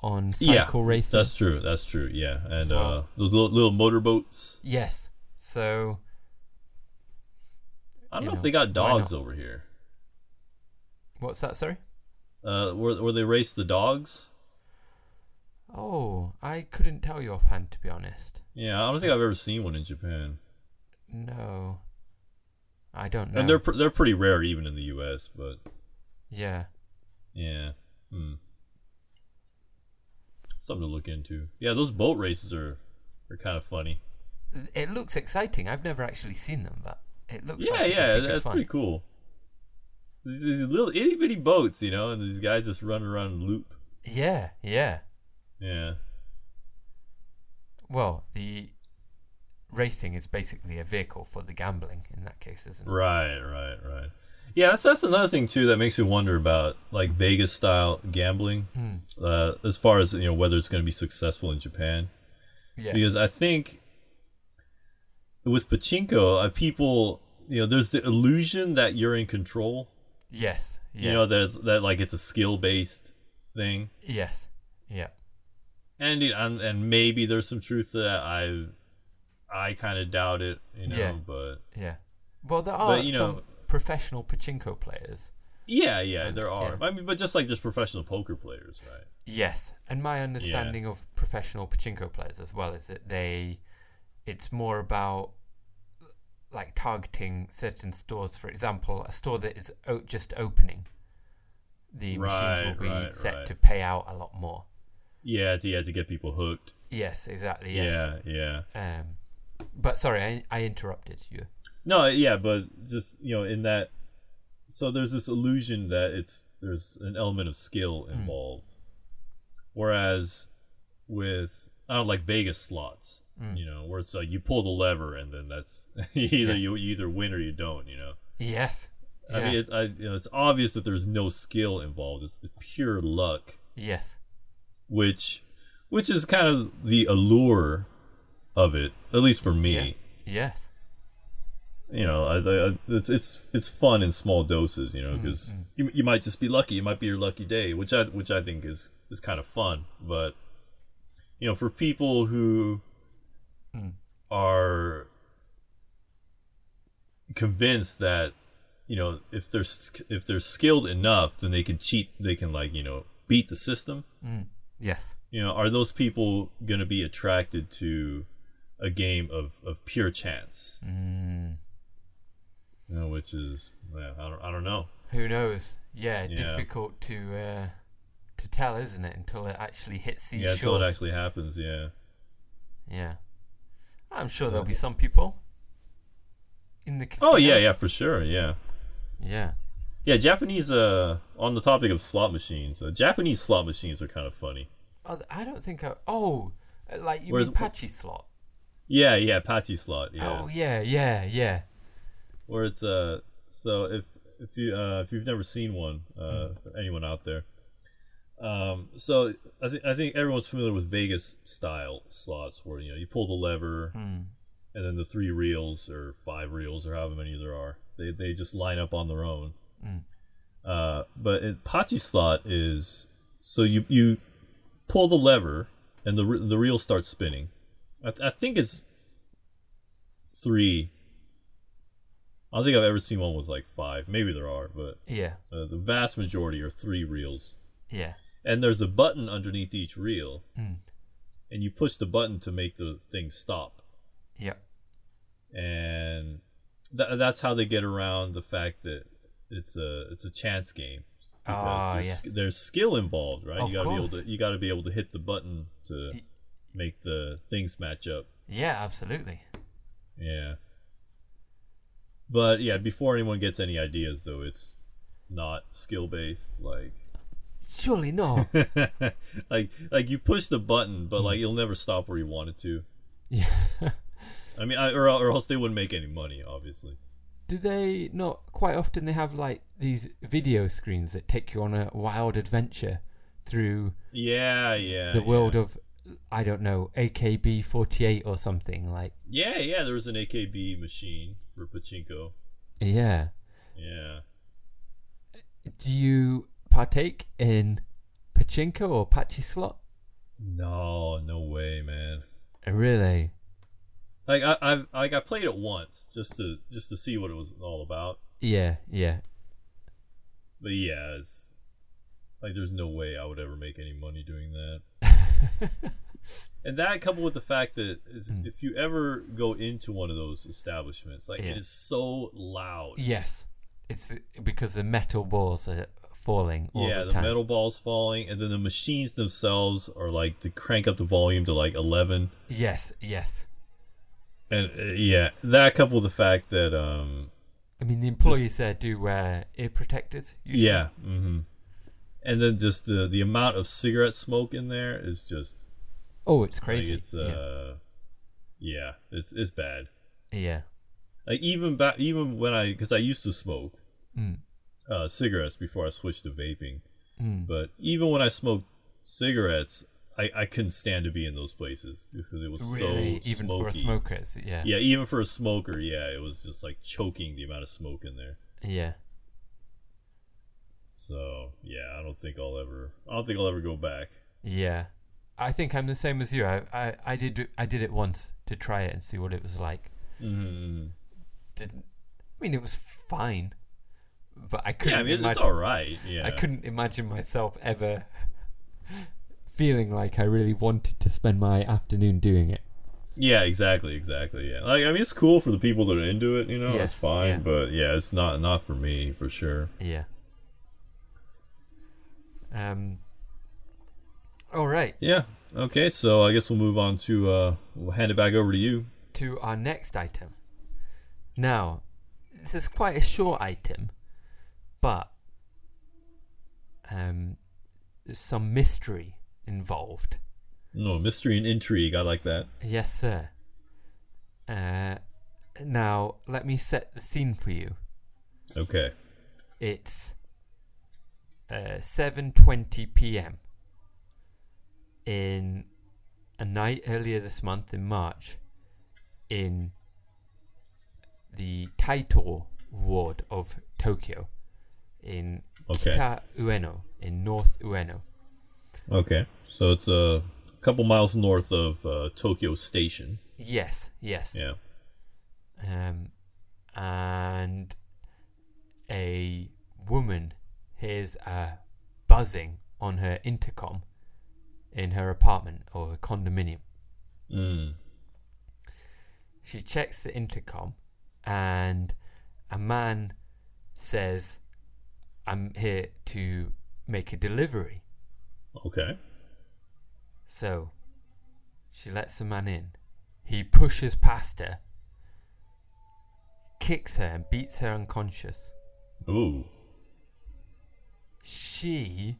B: on cycle
A: yeah,
B: racing.
A: That's true. That's true. Yeah, and uh,
B: Wow.
A: those little, little motorboats.
B: Yes. So,
A: I don't
B: You
A: know, if
B: know,
A: they got
B: why not?
A: dogs over here.
B: what's that, sorry?
A: Uh, where where they race the dogs?
B: Oh, I couldn't tell you offhand, to be honest.
A: Yeah, I don't think I've ever seen one in Japan,
B: No. I don't know.
A: and they're pr- they're pretty rare even in the U.S. But
B: yeah.
A: yeah, hmm. something to look into. Yeah, those boat races are are kind of funny.
B: It looks exciting. I've never actually seen them, but it looks
A: yeah,
B: like it
A: yeah,
B: would be good
A: that's
B: fun.
A: pretty cool. These, these little itty bitty boats, you know, and these guys just run around in loop.
B: Yeah, yeah.
A: Yeah,
B: Well, the racing is basically a vehicle for the gambling in that case, isn't it?
A: right, right, right. Yeah, that's that's another thing too that makes you wonder about like Vegas style gambling,
B: Hmm.
A: uh, as far as you know whether it's going to be successful in Japan.
B: Yeah.
A: because I think with pachinko, uh, people you know there's the illusion that you're in control.
B: Yes. Yeah.
A: You know that it's, that like it's a skill based thing,
B: yes. Yeah.
A: and you know, and, and maybe there's some truth to that. I I kind of doubt it, you know.
B: Yeah.
A: But
B: Yeah. Well, there are
A: you
B: some
A: know-
B: professional pachinko players.
A: yeah, yeah, there are.
B: yeah.
A: I mean, but just like just professional poker players, right?
B: Yes, and my understanding of professional pachinko players as well is that they, it's more about like targeting certain stores. For example, a store that is o- just opening, the machines
A: Right,
B: will be
A: right,
B: set
A: right.
B: to pay out a lot more.
A: Yeah, to, yeah, to get people hooked.
B: Yes, exactly. Yes.
A: Yeah, yeah.
B: Um, but sorry, I, I interrupted you.
A: No, yeah, but just you know, in that, so there's this illusion that it's there's an element of skill
B: Hmm.
A: involved, whereas with I don't like Vegas slots,
B: Hmm.
A: you know, where it's like you pull the lever and then that's either
B: Yeah.
A: you, you either win or you don't, you know.
B: Yes.
A: I
B: Yeah.
A: mean, it's I, you know, it's obvious that there's no skill involved; it's, it's pure luck,
B: yes.
A: which, which is kind of the allure of it, at least for me.
B: Yes.
A: you know, I, I, I- it's it's it's fun in small doses, you know, because you, you might just be lucky. It might be your lucky day, which I which I think is is kind of fun. But you know, for people who are convinced that you know if they're s- if they're skilled enough, then they can cheat. They can like you know beat the system
B: Yes.
A: you know, are those people going to be attracted to a game of, of pure chance? Mm. You know, which is, well, I, don't, I don't know.
B: Who knows? Yeah,
A: Yeah.
B: difficult to uh, to tell, isn't it? Until it actually hits these
A: yeah, until
B: shores.
A: it actually happens, yeah.
B: Yeah. I'm sure there'll be some people in the casinos.
A: Oh, yeah, yeah, for sure, yeah.
B: Yeah.
A: Yeah, Japanese, uh, on the topic of slot machines, uh, Japanese slot machines are kind of funny.
B: Oh, th- I don't think I. Oh, uh, like you
A: Whereas-
B: mean patchy slot?
A: Yeah, yeah, Pachi slot, yeah.
B: Oh, yeah, yeah, yeah.
A: Or it's uh so if if you uh, if you've never seen one uh, for anyone out there, um, so I think I think everyone's familiar with Vegas style slots where you know you pull the lever and then the three reels or five reels or however many there are they they just line up on their own. Uh, but it, Pachi slot is so you you pull the lever and the re- the reel starts spinning. I, th- I think it's three. I don't think I've ever seen one with like five. Maybe there are, but
B: Yeah.
A: uh, the vast majority are three reels.
B: Yeah.
A: And there's a button underneath each reel,
B: Hmm.
A: and you push the button to make the thing stop.
B: Yeah.
A: and tha that's how they get around the fact that it's a it's a chance game. because
B: Ah,
A: there's,
B: yes.
A: there's skill involved, right?
B: Of
A: you gotta be
B: course.
A: able to you gotta be able to hit the button to make the things match up.
B: Yeah, absolutely.
A: Yeah. But yeah, before anyone gets any ideas though, it's not skill based. Like
B: Surely not.
A: like like you push the button, but like it'll never stop where you want it to.
B: yeah.
A: I mean, I, or or else they wouldn't make any money, obviously.
B: Do they not quite often they have like these video screens that take you on a wild adventure through
A: Yeah, yeah.
B: the
A: Uh, yeah.
B: world of I don't know, AKB forty eight or something like
A: Yeah, yeah, there was an AKB machine for pachinko.
B: yeah.
A: Yeah.
B: Do you partake in pachinko or patchy slot?
A: No, no way, man.
B: Really?
A: Like I, I've like I played it once just to just to see what it was all about.
B: Yeah, yeah.
A: But yeah, it's, like there's no way I would ever make any money doing that. and that coupled with the fact that if,
B: Hmm.
A: if you ever go into one of those establishments, like
B: Yeah.
A: it is so loud.
B: Yes. It's because the metal balls are falling all
A: yeah,
B: the
A: the,
B: time.
A: metal balls falling, and then the machines themselves are like to crank up the volume to like eleven.
B: Yes, yes.
A: And uh, yeah, that coupled with the fact that um
B: I mean the employees there do wear ear protectors usually.
A: yeah, hmm and then just the the amount of cigarette smoke in there is just
B: Oh, it's
A: like,
B: crazy.
A: it's uh yeah. it's it's bad.
B: yeah. yeah.
A: Like even back even when I because I used to smoke
B: Mm.
A: uh, cigarettes before I switched to vaping,
B: Mm.
A: but even when I smoked cigarettes, I I couldn't stand to be in those places just because it was
B: really
A: so
B: even
A: smoky.
B: for a smoker it's, yeah
A: Yeah, even for a smoker, yeah, it was just like choking the amount of smoke in there.
B: yeah
A: So yeah, I don't think I'll ever. I don't think I'll ever go back.
B: yeah i think i'm the same as you i i, I did i did it once to try it and see what it was like
A: Mm-hmm.
B: didn't i mean it was fine but i couldn't
A: Yeah, I mean it's
B: imagine
A: all right. Yeah,
B: i couldn't imagine myself ever feeling like i really wanted to spend my afternoon doing it
A: yeah, exactly, exactly. Yeah, like I mean it's cool for the people that are into it. You know,
B: Yes,
A: it's fine.
B: yeah.
A: But yeah, it's not not for me for sure.
B: yeah um all right
A: Yeah. Okay, so I guess we'll move on to. uh We'll hand it back over to you.
B: to our next item. Now, this is quite a short item, but um, there's some mystery involved.
A: No mystery and intrigue. I like that.
B: Yes, sir. Uh, now, let me set the scene for you.
A: Okay.
B: It's uh, 7:20 p.m. in a night earlier this month in March in the Taito ward of Tokyo in
A: Okay.
B: Kita Ueno in North Ueno.
A: Okay. So it's a couple miles north of uh, Tokyo Station.
B: Yes, yes.
A: Yeah.
B: um, and a woman hears a buzzing on her intercom in her apartment or her condominium.
A: Mm.
B: She checks the intercom, and a man says, "I'm here to make a delivery."
A: Okay.
B: So she lets the man in. He pushes past her, kicks her, and beats her unconscious.
A: Ooh.
B: she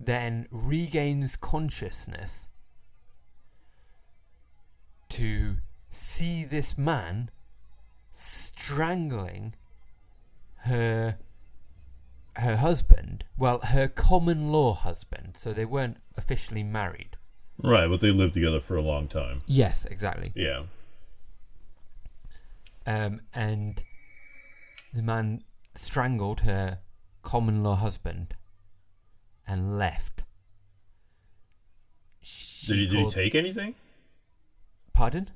B: then regains consciousness to see this man strangling her her husband well her common law husband so they weren't officially married
A: Right, but they lived together for a long time.
B: yes exactly
A: Yeah.
B: um, and the man strangled her common law husband and left.
A: Did
B: actually
A: he, did he
B: called.
A: take anything?
B: Pardon?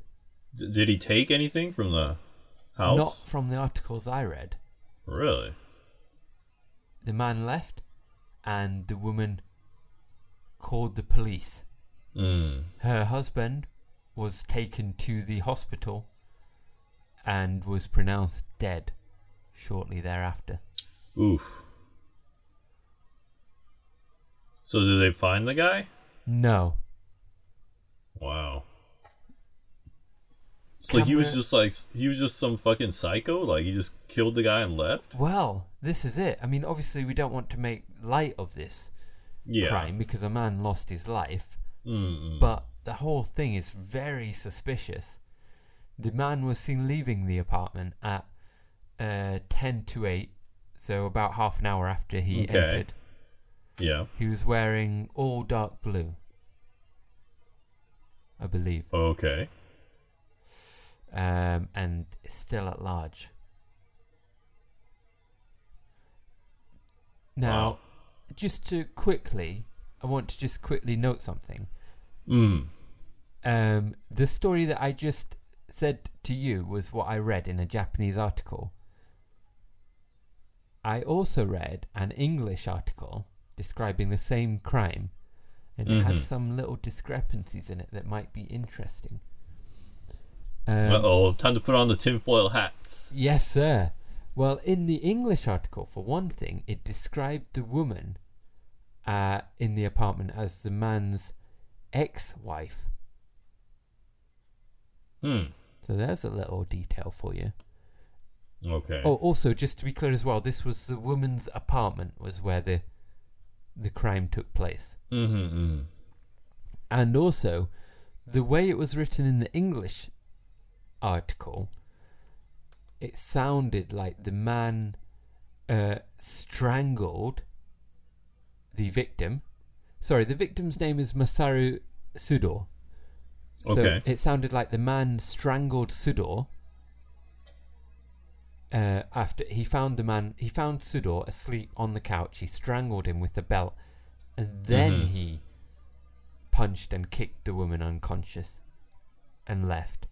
A: D- did he take anything from the house?
B: Not from the articles I read.
A: Really?
B: The man left, and the woman called the police.
A: Mm.
B: Her husband was taken to the hospital and was pronounced dead shortly thereafter.
A: Oof. So did they find the guy?
B: No.
A: Wow. So he was
B: Camera-
A: just like he was just some fucking psycho. Like he just killed the guy and left.
B: Well, this is it. I mean, obviously, we don't want to make light of this
A: Yeah.
B: crime because a man lost his life,
A: Mm-mm.
B: but the whole thing is very suspicious. The man was seen leaving the apartment at uh, 10 to 8, so about half an hour after he
A: Okay.
B: entered.
A: Yeah.
B: He was wearing all dark blue, I believe,
A: Okay.
B: um, and is still at large. Now,
A: Wow.
B: just to quickly, I want to just quickly note something.
A: Mm.
B: Um, the story that I just said to you was what I read in a Japanese article. I also read an English article describing the same crime, and it had
A: Mhm.
B: some little discrepancies in it that might be interesting. Um,
A: uh oh. Time to put on the tinfoil hats.
B: Yes, sir. Well, in the English article, for one thing, it described the woman uh, in the apartment as the man's ex wife.
A: Hmm.
B: So there's a little detail for you.
A: Okay.
B: Oh, also, just to be clear as well, this was the woman's apartment was where the the crime took place,
A: Mm-hmm, mm-hmm.
B: and also the way it was written in the English article, it sounded like the man uh, strangled the victim. Sorry, the victim's name is Masaru Sudor. So
A: Okay.
B: it sounded like the man strangled Sudor. Uh, after he found the man, he found Sudor asleep on the couch. He strangled him with the belt, and then
A: Mhm.
B: he punched and kicked the woman unconscious, and left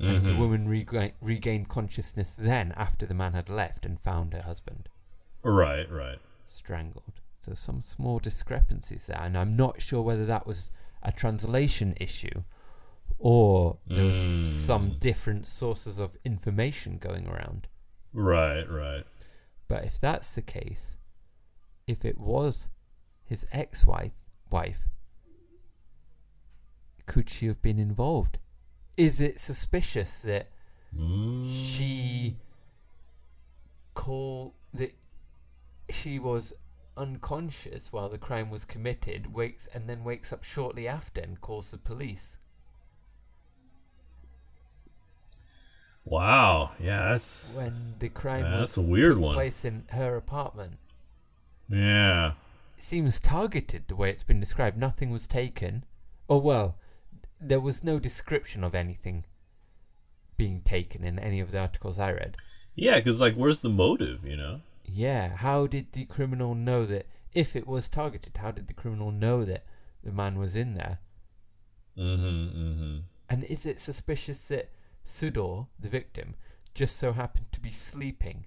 B: and the
A: Mhm.
B: woman rega- regained consciousness then after the man had left and found her husband
A: Right. Right.
B: strangled. So some small discrepancies there, and I'm not sure whether that was a translation issue or there was some
A: Mm.
B: different sources of information going around.
A: Right. Right.
B: But if that's the case, if it was his ex-wife, wife, could she have been involved? Is it suspicious that
A: Mm.
B: she call that she was unconscious while the crime was committed wakes and then wakes up shortly after and calls the police
A: Wow. Yeah. That's
B: when the crime
A: yeah,
B: was
A: that's a weird
B: took
A: one.
B: place in her apartment
A: Yeah.
B: it seems targeted the way it's been described nothing was taken or well there was no description of anything being taken in any of the articles i read
A: Yeah. Because like, where's the motive? You know.
B: Yeah, how did the criminal know that if it was targeted, how did the criminal know that the man was in there?
A: Mm-hmm. Mm-hmm.
B: And is it suspicious that Sudor, the victim, just so happened to be sleeping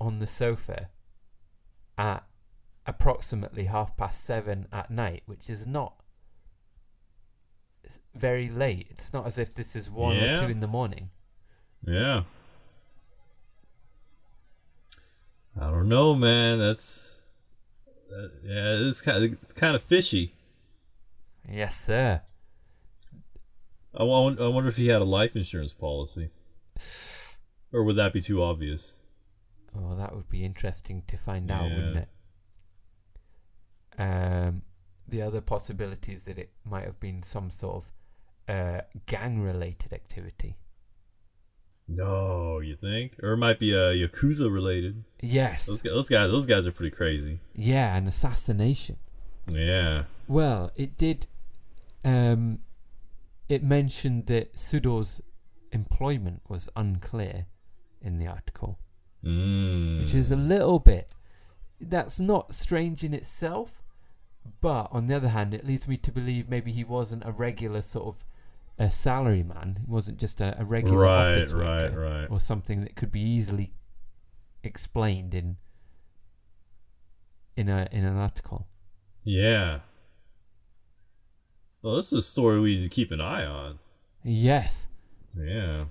B: on the sofa at approximately half past seven at night, which is not it's very late. It's not as if this is one
A: Yeah.
B: or two in the morning.
A: Yeah. I don't know, man. That's that, yeah, it's kind of it's kind of fishy.
B: Yes, sir.
A: I, won- I wonder if he had a life insurance policy, or would that be too obvious?
B: Oh, that would be interesting to find out, wouldn't
A: Yeah.
B: it? Um, the other possibility is that it might have been some sort of uh, gang-related activity.
A: No, you think? Or it might be uh, yakuza related. Those
B: Yes.
A: guys, those guys, those guys are pretty crazy.
B: Yeah, an assassination.
A: Yeah.
B: Well, it did. Um, it mentioned that Sudor's employment was unclear in the article,
A: Mm.
B: which is a little bit. That's not strange in itself, But on the other hand, it leads me to believe maybe he wasn't a regular sort of a salary man. He wasn't just a, a regular
A: Right,
B: office
A: right,
B: worker
A: right.
B: or something that could be easily explained in in a in an article.
A: Yeah. Well, this is a story we need to keep an eye on.
B: Yes.
A: Yeah.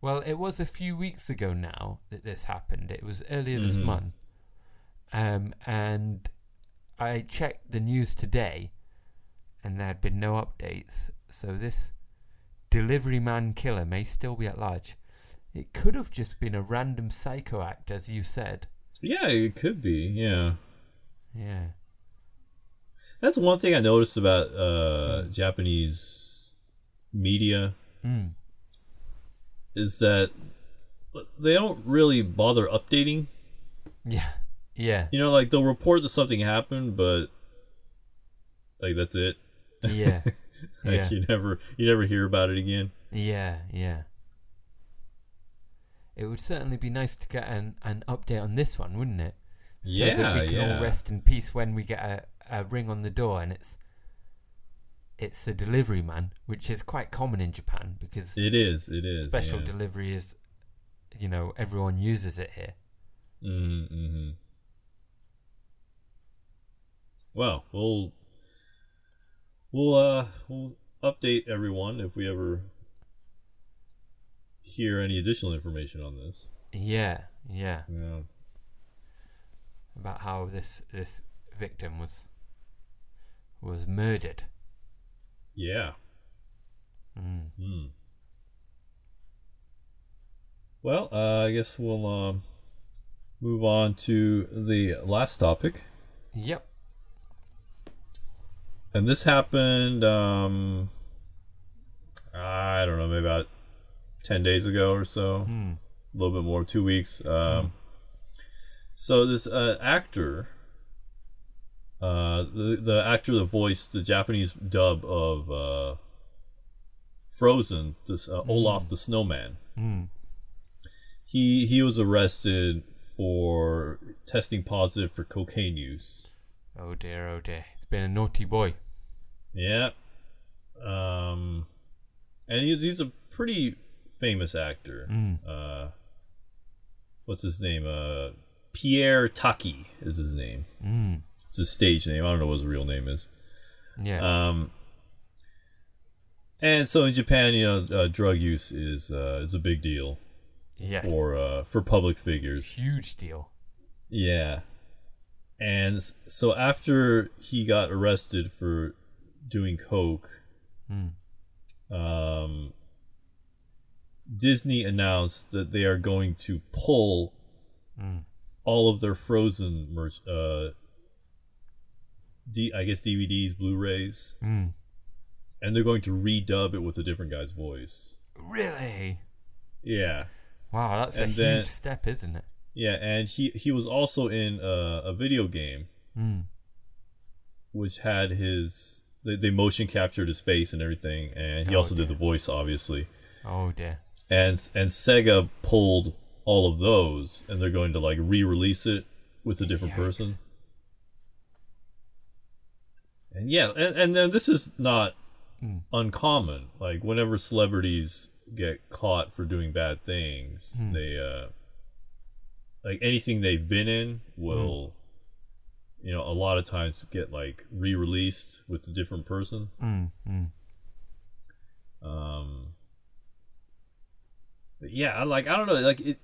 B: Well, it was a few weeks ago now that this happened. It was earlier this
A: Mhm.
B: month. Um, and I checked the news today and there had been no updates. So this delivery man killer may still be at large. It could have just been a random psycho act, as you said.
A: Yeah, it could be. Yeah.
B: Yeah.
A: That's one thing I noticed about uh, Japanese media
B: Mm.
A: is that they don't really bother updating.
B: Yeah. Yeah.
A: You know, like they'll report that something happened, but like that's it.
B: Yeah.
A: Like
B: yeah.
A: you never you never hear about it again.
B: Yeah, yeah. It would certainly be nice to get an, an update on this one, wouldn't it? So that
A: Yeah,
B: we can
A: yeah.
B: all rest in peace when we get a, a ring on the door and it's it's a delivery man, which is quite common in Japan because
A: It is. It is.
B: special
A: Yeah.
B: delivery is you know, everyone uses it here.
A: mm mm-hmm. Well, we'll we'll uh we'll update everyone if we ever hear any additional information on this.
B: Yeah, yeah.
A: Yeah.
B: About how this this victim was was murdered.
A: Yeah.
B: Mm.
A: Hmm. Well, uh, I guess we'll um, move on to the last topic,
B: Yep.
A: and this happened. Um, I don't know, maybe about ten days ago or so,
B: Mm.
A: a little bit more, two weeks. Um, So this uh, actor, uh, the the actor that voiced the Japanese dub of uh, Frozen, this uh, Olaf the Snowman.
B: Mm.
A: he he was arrested for testing positive for cocaine use.
B: Oh dear, oh dear. It's been a naughty boy.
A: Yeah. Um, and he's he's a pretty famous actor.
B: Mm.
A: Uh, what's his name? Uh, Pierre Taki is his name.
B: Mm.
A: It's his stage name. I don't know what his real name is.
B: Yeah.
A: Um, and so in Japan, you know, uh, drug use is uh, is a big deal
B: yes.
A: for uh, for public figures.
B: Huge deal.
A: Yeah. And s- so after he got arrested for doing coke,
B: Mm.
A: um, Disney announced that they are going to pull
B: Mm.
A: all of their Frozen merch, uh, D- I guess DVDs, Blu-rays,
B: Mm.
A: and they're going to redub it with a different guy's voice.
B: Really?
A: Yeah,
B: Wow, that's a
A: And then-
B: huge step, isn't it?
A: yeah, and he he was also in uh, a video game
B: Mm.
A: which had his they, they motion captured his face and everything and he
B: Oh,
A: also did
B: dear.
A: the voice obviously
B: Oh dear.
A: and and sega pulled all of those and they're going to like re-release it with a different
B: Yikes.
A: person and yeah and, and then this is not
B: Mm.
A: uncommon like whenever celebrities get caught for doing bad things they uh like anything they've been in will you know a lot of times get like re-released with a different person
B: Mm. Mm.
A: um but yeah I like i don't know like it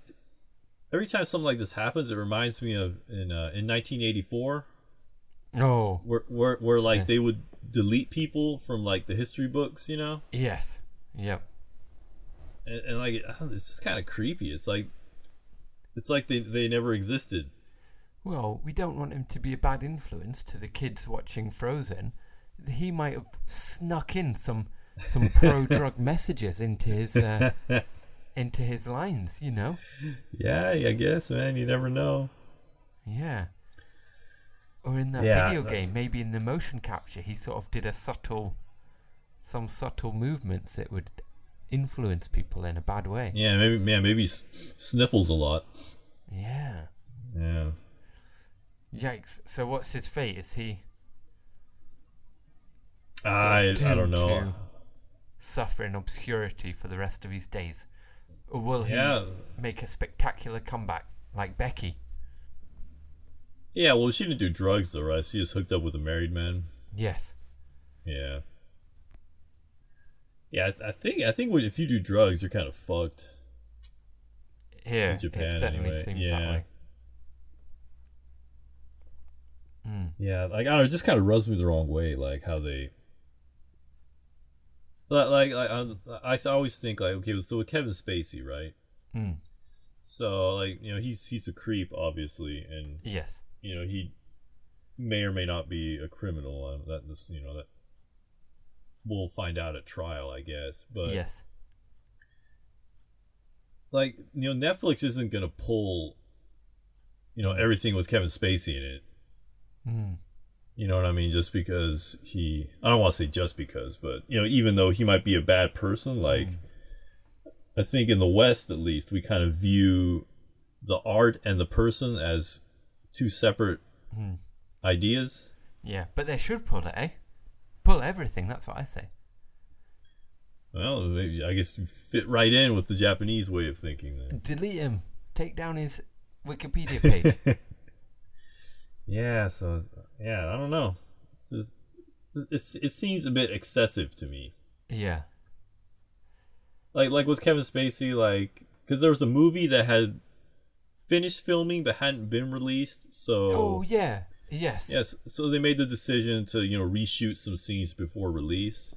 A: every time something like this happens it reminds me of in uh, in 1984
B: Oh
A: where where, where like
B: Yeah.
A: they would delete people from like the history books you know
B: yes. Yep.
A: and, and like I don't know, it's just kind of creepy it's like it's like they, they never existed
B: Well, we don't want him to be a bad influence to the kids watching Frozen. He might have snuck in some some pro drug messages into his uh, into his lines, you know.
A: yeah i guess man you never know
B: Yeah. Or in that
A: Yeah,
B: video
A: that-
B: game, maybe in the motion capture, he sort of did a subtle, some subtle movements that would influence people in a bad way.
A: yeah maybe man maybe he s- sniffles a lot
B: Yeah.
A: yeah
B: Yikes. So what's his fate? Is he
A: I, I don't
B: doomed
A: know.
B: to suffer in obscurity for the rest of his days? Or will he
A: Yeah.
B: make a spectacular comeback like Becky?
A: Yeah, well, she didn't do drugs, though, right? She just hooked up with a married man.
B: Yes.
A: Yeah. Yeah, I, I think I think when, if you do drugs, you're kind of fucked.
B: Here,
A: In Japan,
B: it certainly
A: anyway.
B: seems that
A: Yeah.
B: way. Hmm.
A: Yeah, like I don't know, it just kind of rubs me the wrong way, like how they. Like, like, like I, I always think like okay, so with Kevin Spacey, right?
B: Mm.
A: So like you know he's he's a creep, obviously, and
B: Yes.
A: you know he may or may not be a criminal. uh, That this you know that we'll find out at trial, I guess. But
B: yes.
A: like you know Netflix isn't gonna pull you know everything with Kevin Spacey in it.
B: Mm.
A: You know what I mean? Just because he, I don't want to say just because, but you know, even though he might be a bad person, like I think in the West at least, we kind of view the art and the person as two separate ideas.
B: Yeah, but they should pull it, eh? Pull everything, that's what I say.
A: Well, maybe I guess you fit right in with the Japanese way of thinking. Then.
B: Delete him. Take down his Wikipedia page.
A: Yeah. So yeah, I don't know. It's, it's, it seems a bit excessive to me.
B: yeah.
A: like like with Kevin Spacey, like because there was a movie that had finished filming but hadn't been released, so
B: Oh, yeah. Yes.
A: yes, so they made the decision to you know reshoot some scenes before release,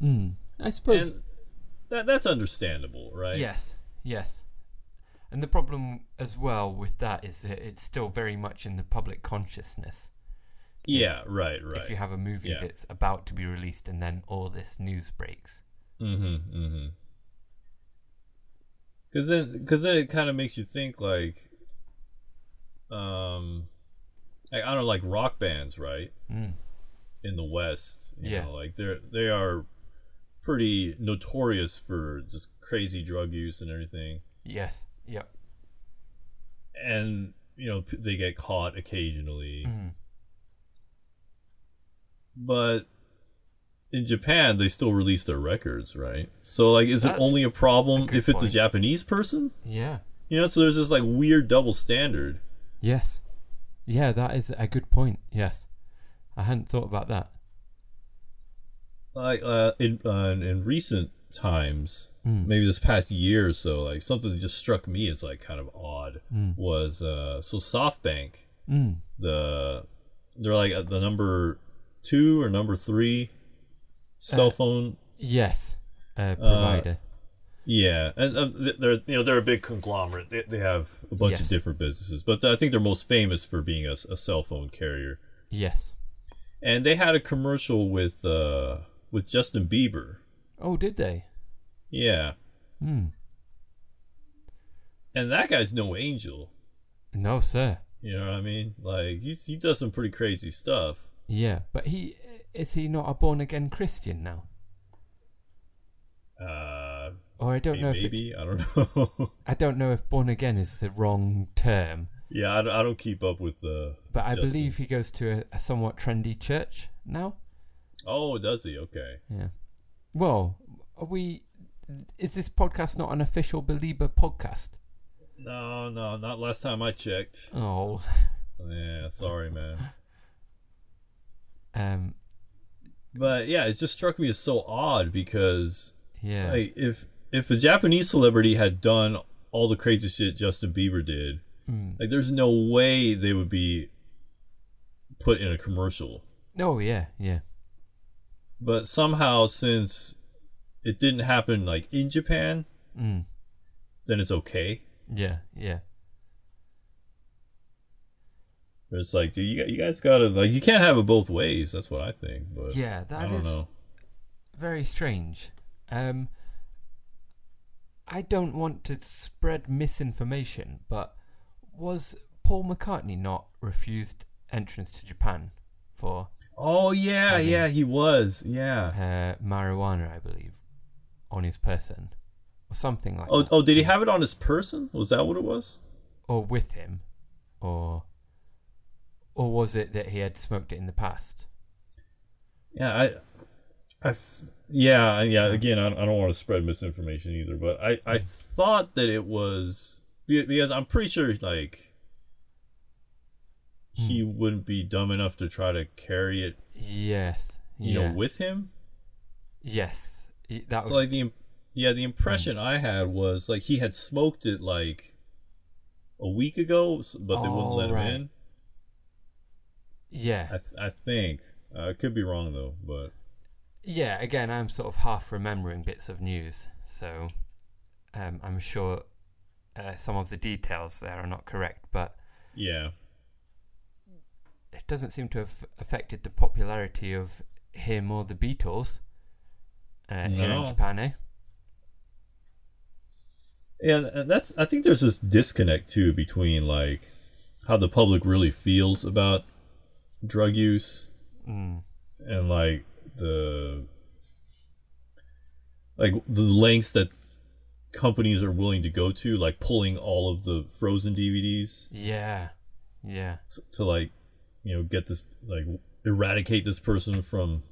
B: Mm. I suppose.
A: and that that's understandable, right?
B: Yes, yes. And the problem as well with that is that it's still very much in the public consciousness.
A: yeah, right, right.
B: If you have a movie
A: Yeah.
B: that's about to be released and then all this news breaks.
A: Mm-hmm. Mm-hmm. Because then, cause then it kind of makes you think like, um, like, I don't know, like rock bands, right?
B: Mm.
A: In the West, you
B: Yeah.
A: know, like they're they are pretty notorious for just crazy drug use and everything,
B: Yes, yep.
A: and you know p- they get caught occasionally,
B: Mhm.
A: but. In Japan, they still release their records, right? So, like, is
B: That's
A: it only a problem
B: a good
A: if it's a
B: point.
A: Japanese person?
B: Yeah.
A: You know, so there's this like weird double standard.
B: Yes. Yeah, that is a good point. Yes. I hadn't thought about that.
A: Like uh, in uh, in recent times, maybe this past year or so, like something that just struck me as like kind of odd was uh, so SoftBank,
B: Mm.
A: the they're like at the number two or number three cell phone.
B: Yes. Uh, provider.
A: Yeah, and uh, th- they're you know they're a big conglomerate. They, they have a bunch
B: Yes.
A: of different businesses, but I think they're most famous for being a, s- a cell phone carrier.
B: yes.
A: And they had a commercial with uh, with Justin Bieber.
B: Oh, did they?
A: Yeah.
B: Mm.
A: And that guy's no angel.
B: No, sir.
A: You know what I mean? Like he's, he does some pretty crazy stuff.
B: Yeah, but he is he not a born again Christian now?
A: Uh,
B: Or I don't know if it's
A: maybe I don't know.
B: I don't know if born again is the wrong term,
A: yeah, I, don't- I don't keep up with the.
B: but I
A: Justin.
B: believe he goes to a, a somewhat trendy church now.
A: Oh, does he? Okay.
B: Yeah. Well, are we? Is this podcast not an official Belieber podcast?
A: No, no, not last time I checked.
B: Oh,
A: Yeah, sorry, man.
B: um,
A: But yeah, it just struck me as so odd because
B: yeah,
A: like if if a Japanese celebrity had done all the crazy shit Justin Bieber did,
B: Mm.
A: like there's no way they would be put in a commercial.
B: oh yeah, yeah,
A: but somehow since it didn't happen like in Japan,
B: mm.
A: then it's okay.
B: yeah, yeah,
A: It's like, dude, you, you guys gotta like, you can't have it both ways. That's what I think. But
B: yeah.
A: I
B: That
A: don't
B: is
A: know.
B: very strange. Um, I don't want to spread misinformation, but was Paul McCartney not refused entrance to Japan for
A: Oh yeah,
B: I mean-
A: yeah, he was, yeah.
B: uh, marijuana, I believe, on his person, or something like
A: Oh,
B: that,
A: oh, did he have it on his person? Was that what it was?
B: or with him, or or was it that he had smoked it in the past?
A: Yeah, I, I f- yeah, yeah. Again, I, I don't want to spread misinformation either, but I, I thought that it was be- because I'm pretty sure like he
B: Hmm.
A: wouldn't be dumb enough to try to carry it,
B: Yes.
A: you
B: yeah.
A: know, with him.
B: yes. Y- That Mm.
A: So
B: would,
A: like the im- yeah, the impression I had was like he had smoked it like a week ago, s- but they wouldn't
B: Oh,
A: let him
B: right.
A: in.
B: yeah.
A: I th- I think uh, I could be wrong though, but
B: Yeah, again, I'm sort of half remembering bits of news, so um, I'm sure uh, some of the details there are not correct, but
A: yeah,
B: it doesn't seem to have affected the popularity of him or the Beatles uh, here in
A: No.
B: Japan, eh?
A: and, and that's I think there's this disconnect too between like how the public really feels about drug use
B: Mm.
A: and like the like the lengths that companies are willing to go to like pulling all of the frozen DVDs
B: Yeah, yeah,
A: t- to like you know get this like eradicate this person from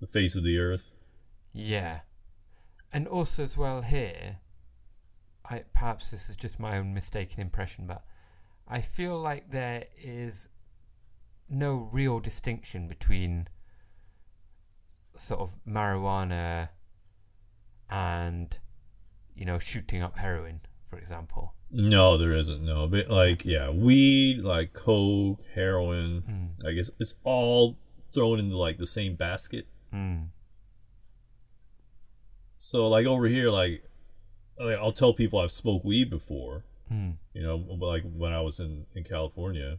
A: the face of the earth
B: yeah. And also, as well, here, I perhaps this is just my own mistaken impression, but I feel like there is no real distinction between sort of marijuana and you know shooting up heroin, for example.
A: no there isn't no but like yeah weed like coke heroin i guess it's all thrown into like the same basket
B: Mm.
A: so like over here like, like i'll tell people i've smoked weed before
B: Mm.
A: you know like when i was in in california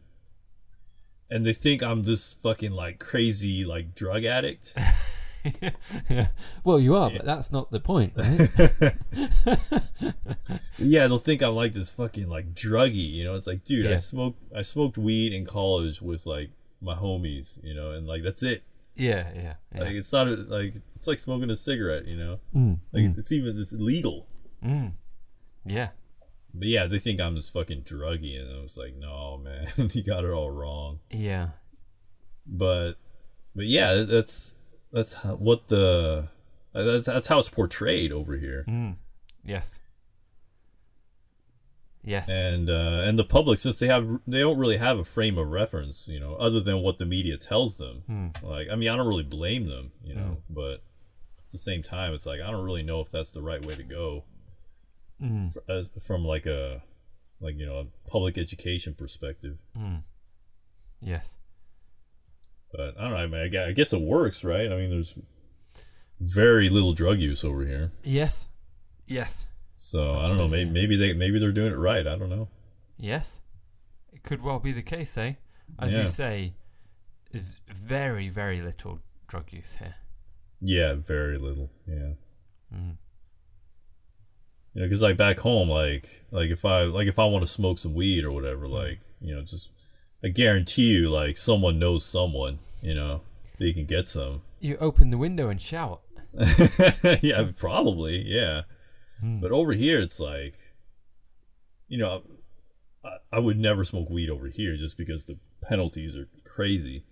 A: and they think i'm this fucking like crazy like drug addict
B: yeah. Well, you are, but that's not the point, right?
A: yeah, they'll think I'm like this fucking like druggy, you know. It's like, dude,
B: Yeah.
A: I smoked I smoked weed in college with like my homies, you know, and like that's it.
B: yeah, yeah, yeah.
A: Like it's not a, like it's like smoking a cigarette, you know.
B: Mm,
A: Like it's even it's illegal.
B: mm. Yeah.
A: But yeah, they think I'm just fucking druggy, and I was like, no, man, you got it all wrong.
B: Yeah.
A: But but yeah, that- that's that's how, what the that's that's how it's portrayed over here.
B: Yes. Yes.
A: and uh, and the public since they have they don't really have a frame of reference you know other than what the media tells them like i mean i don't really blame them you know but at the same time it's like i don't really know if that's the right way to go F- as, from like a like you know a public education perspective
B: Yes.
A: but i don't know i mean I gue- i guess it works right i mean there's very little drug use over here
B: Yes. Yes.
A: so i don't know maybe, maybe they maybe they're doing it right i don't know
B: Yes. It could well be the case, eh? As
A: Yeah.
B: you say, there's very, very little drug use here.
A: Yeah, very little. Yeah. You know, because like back home, like like if I like if I want to smoke some weed or whatever, like you know, just I guarantee you, like someone knows someone. You know, that you can get some.
B: You open the window and shout.
A: yeah, probably. Yeah. But over here, it's like, you know, I, I would never smoke weed over here just because the penalties are crazy.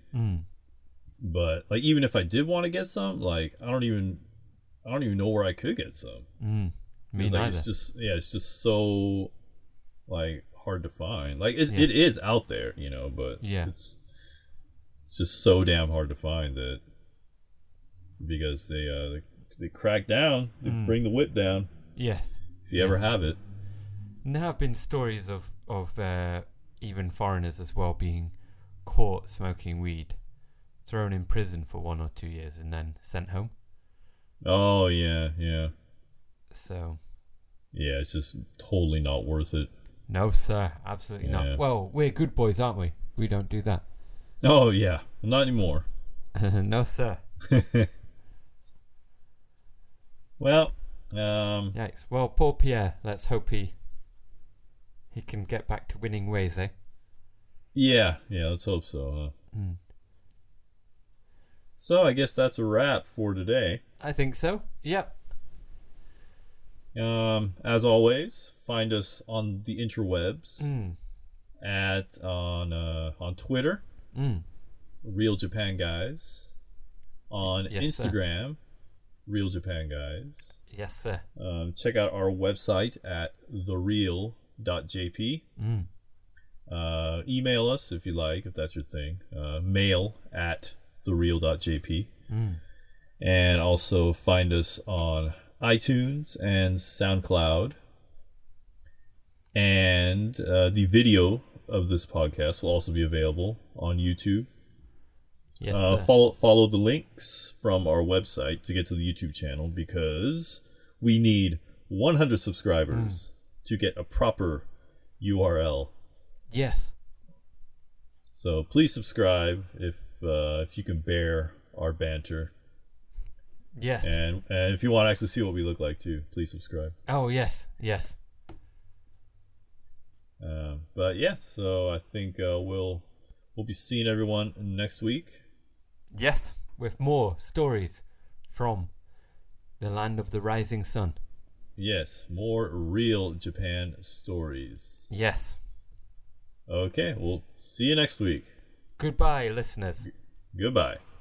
A: But like, even if I did want to get some, like, I don't even, I don't even know where I could get some.
B: Hmm. Me
A: It's like,
B: neither.
A: it's just, yeah, it's just so, like, hard to find. Like, it,
B: Yes.
A: it is out there, you know, but
B: Yeah.
A: it's, it's just so damn hard to find that because they, uh, they, they crack down, they bring the whip down
B: Yes.
A: if you ever
B: Mm. Yes.
A: have it.
B: And there have been stories of of uh, even foreigners as well being caught smoking weed, thrown in prison for one or two years, and then sent home.
A: Oh yeah, yeah,
B: So
A: yeah. It's just totally not worth it.
B: No, sir. Absolutely
A: Yeah.
B: not. Well, we're good boys, aren't we? We don't do that.
A: Oh yeah, not anymore.
B: no, sir.
A: Well, um,
B: Yikes. Well, poor Pierre. Let's hope he he can get back to winning ways, eh?
A: yeah, yeah. Let's hope so. Huh?
B: Mm.
A: So I guess that's a wrap for today.
B: I think so. Yep.
A: Um, as always, find us on the interwebs
B: Mm.
A: at on uh, on Twitter,
B: Mm.
A: Real Japan Guys, on
B: Yes, sir.
A: Instagram, Real Japan Guys.
B: Yes, sir.
A: Um, check out our website at thereal.jp. Uh, email us if you like, if that's your thing. Uh, mail at thereal.jp. And also find us on iTunes and SoundCloud. And uh, the video of this podcast will also be available on YouTube.
B: Yes,
A: Uh,
B: sir.
A: follow follow the links from our website to get to the YouTube channel because we need 100 subscribers to get a proper URL.
B: yes.
A: So please subscribe if uh, if you can bear our banter,
B: Yes.
A: and and if you want to actually see what we look like too, please subscribe.
B: Oh, yes. Yes.
A: Um, but yeah, so I think uh, we'll we'll be seeing everyone next week.
B: Yes. With more stories from the land of the rising sun.
A: Yes, more real Japan stories.
B: Yes.
A: Okay, we'll see you next week.
B: Goodbye, listeners.
A: Goodbye.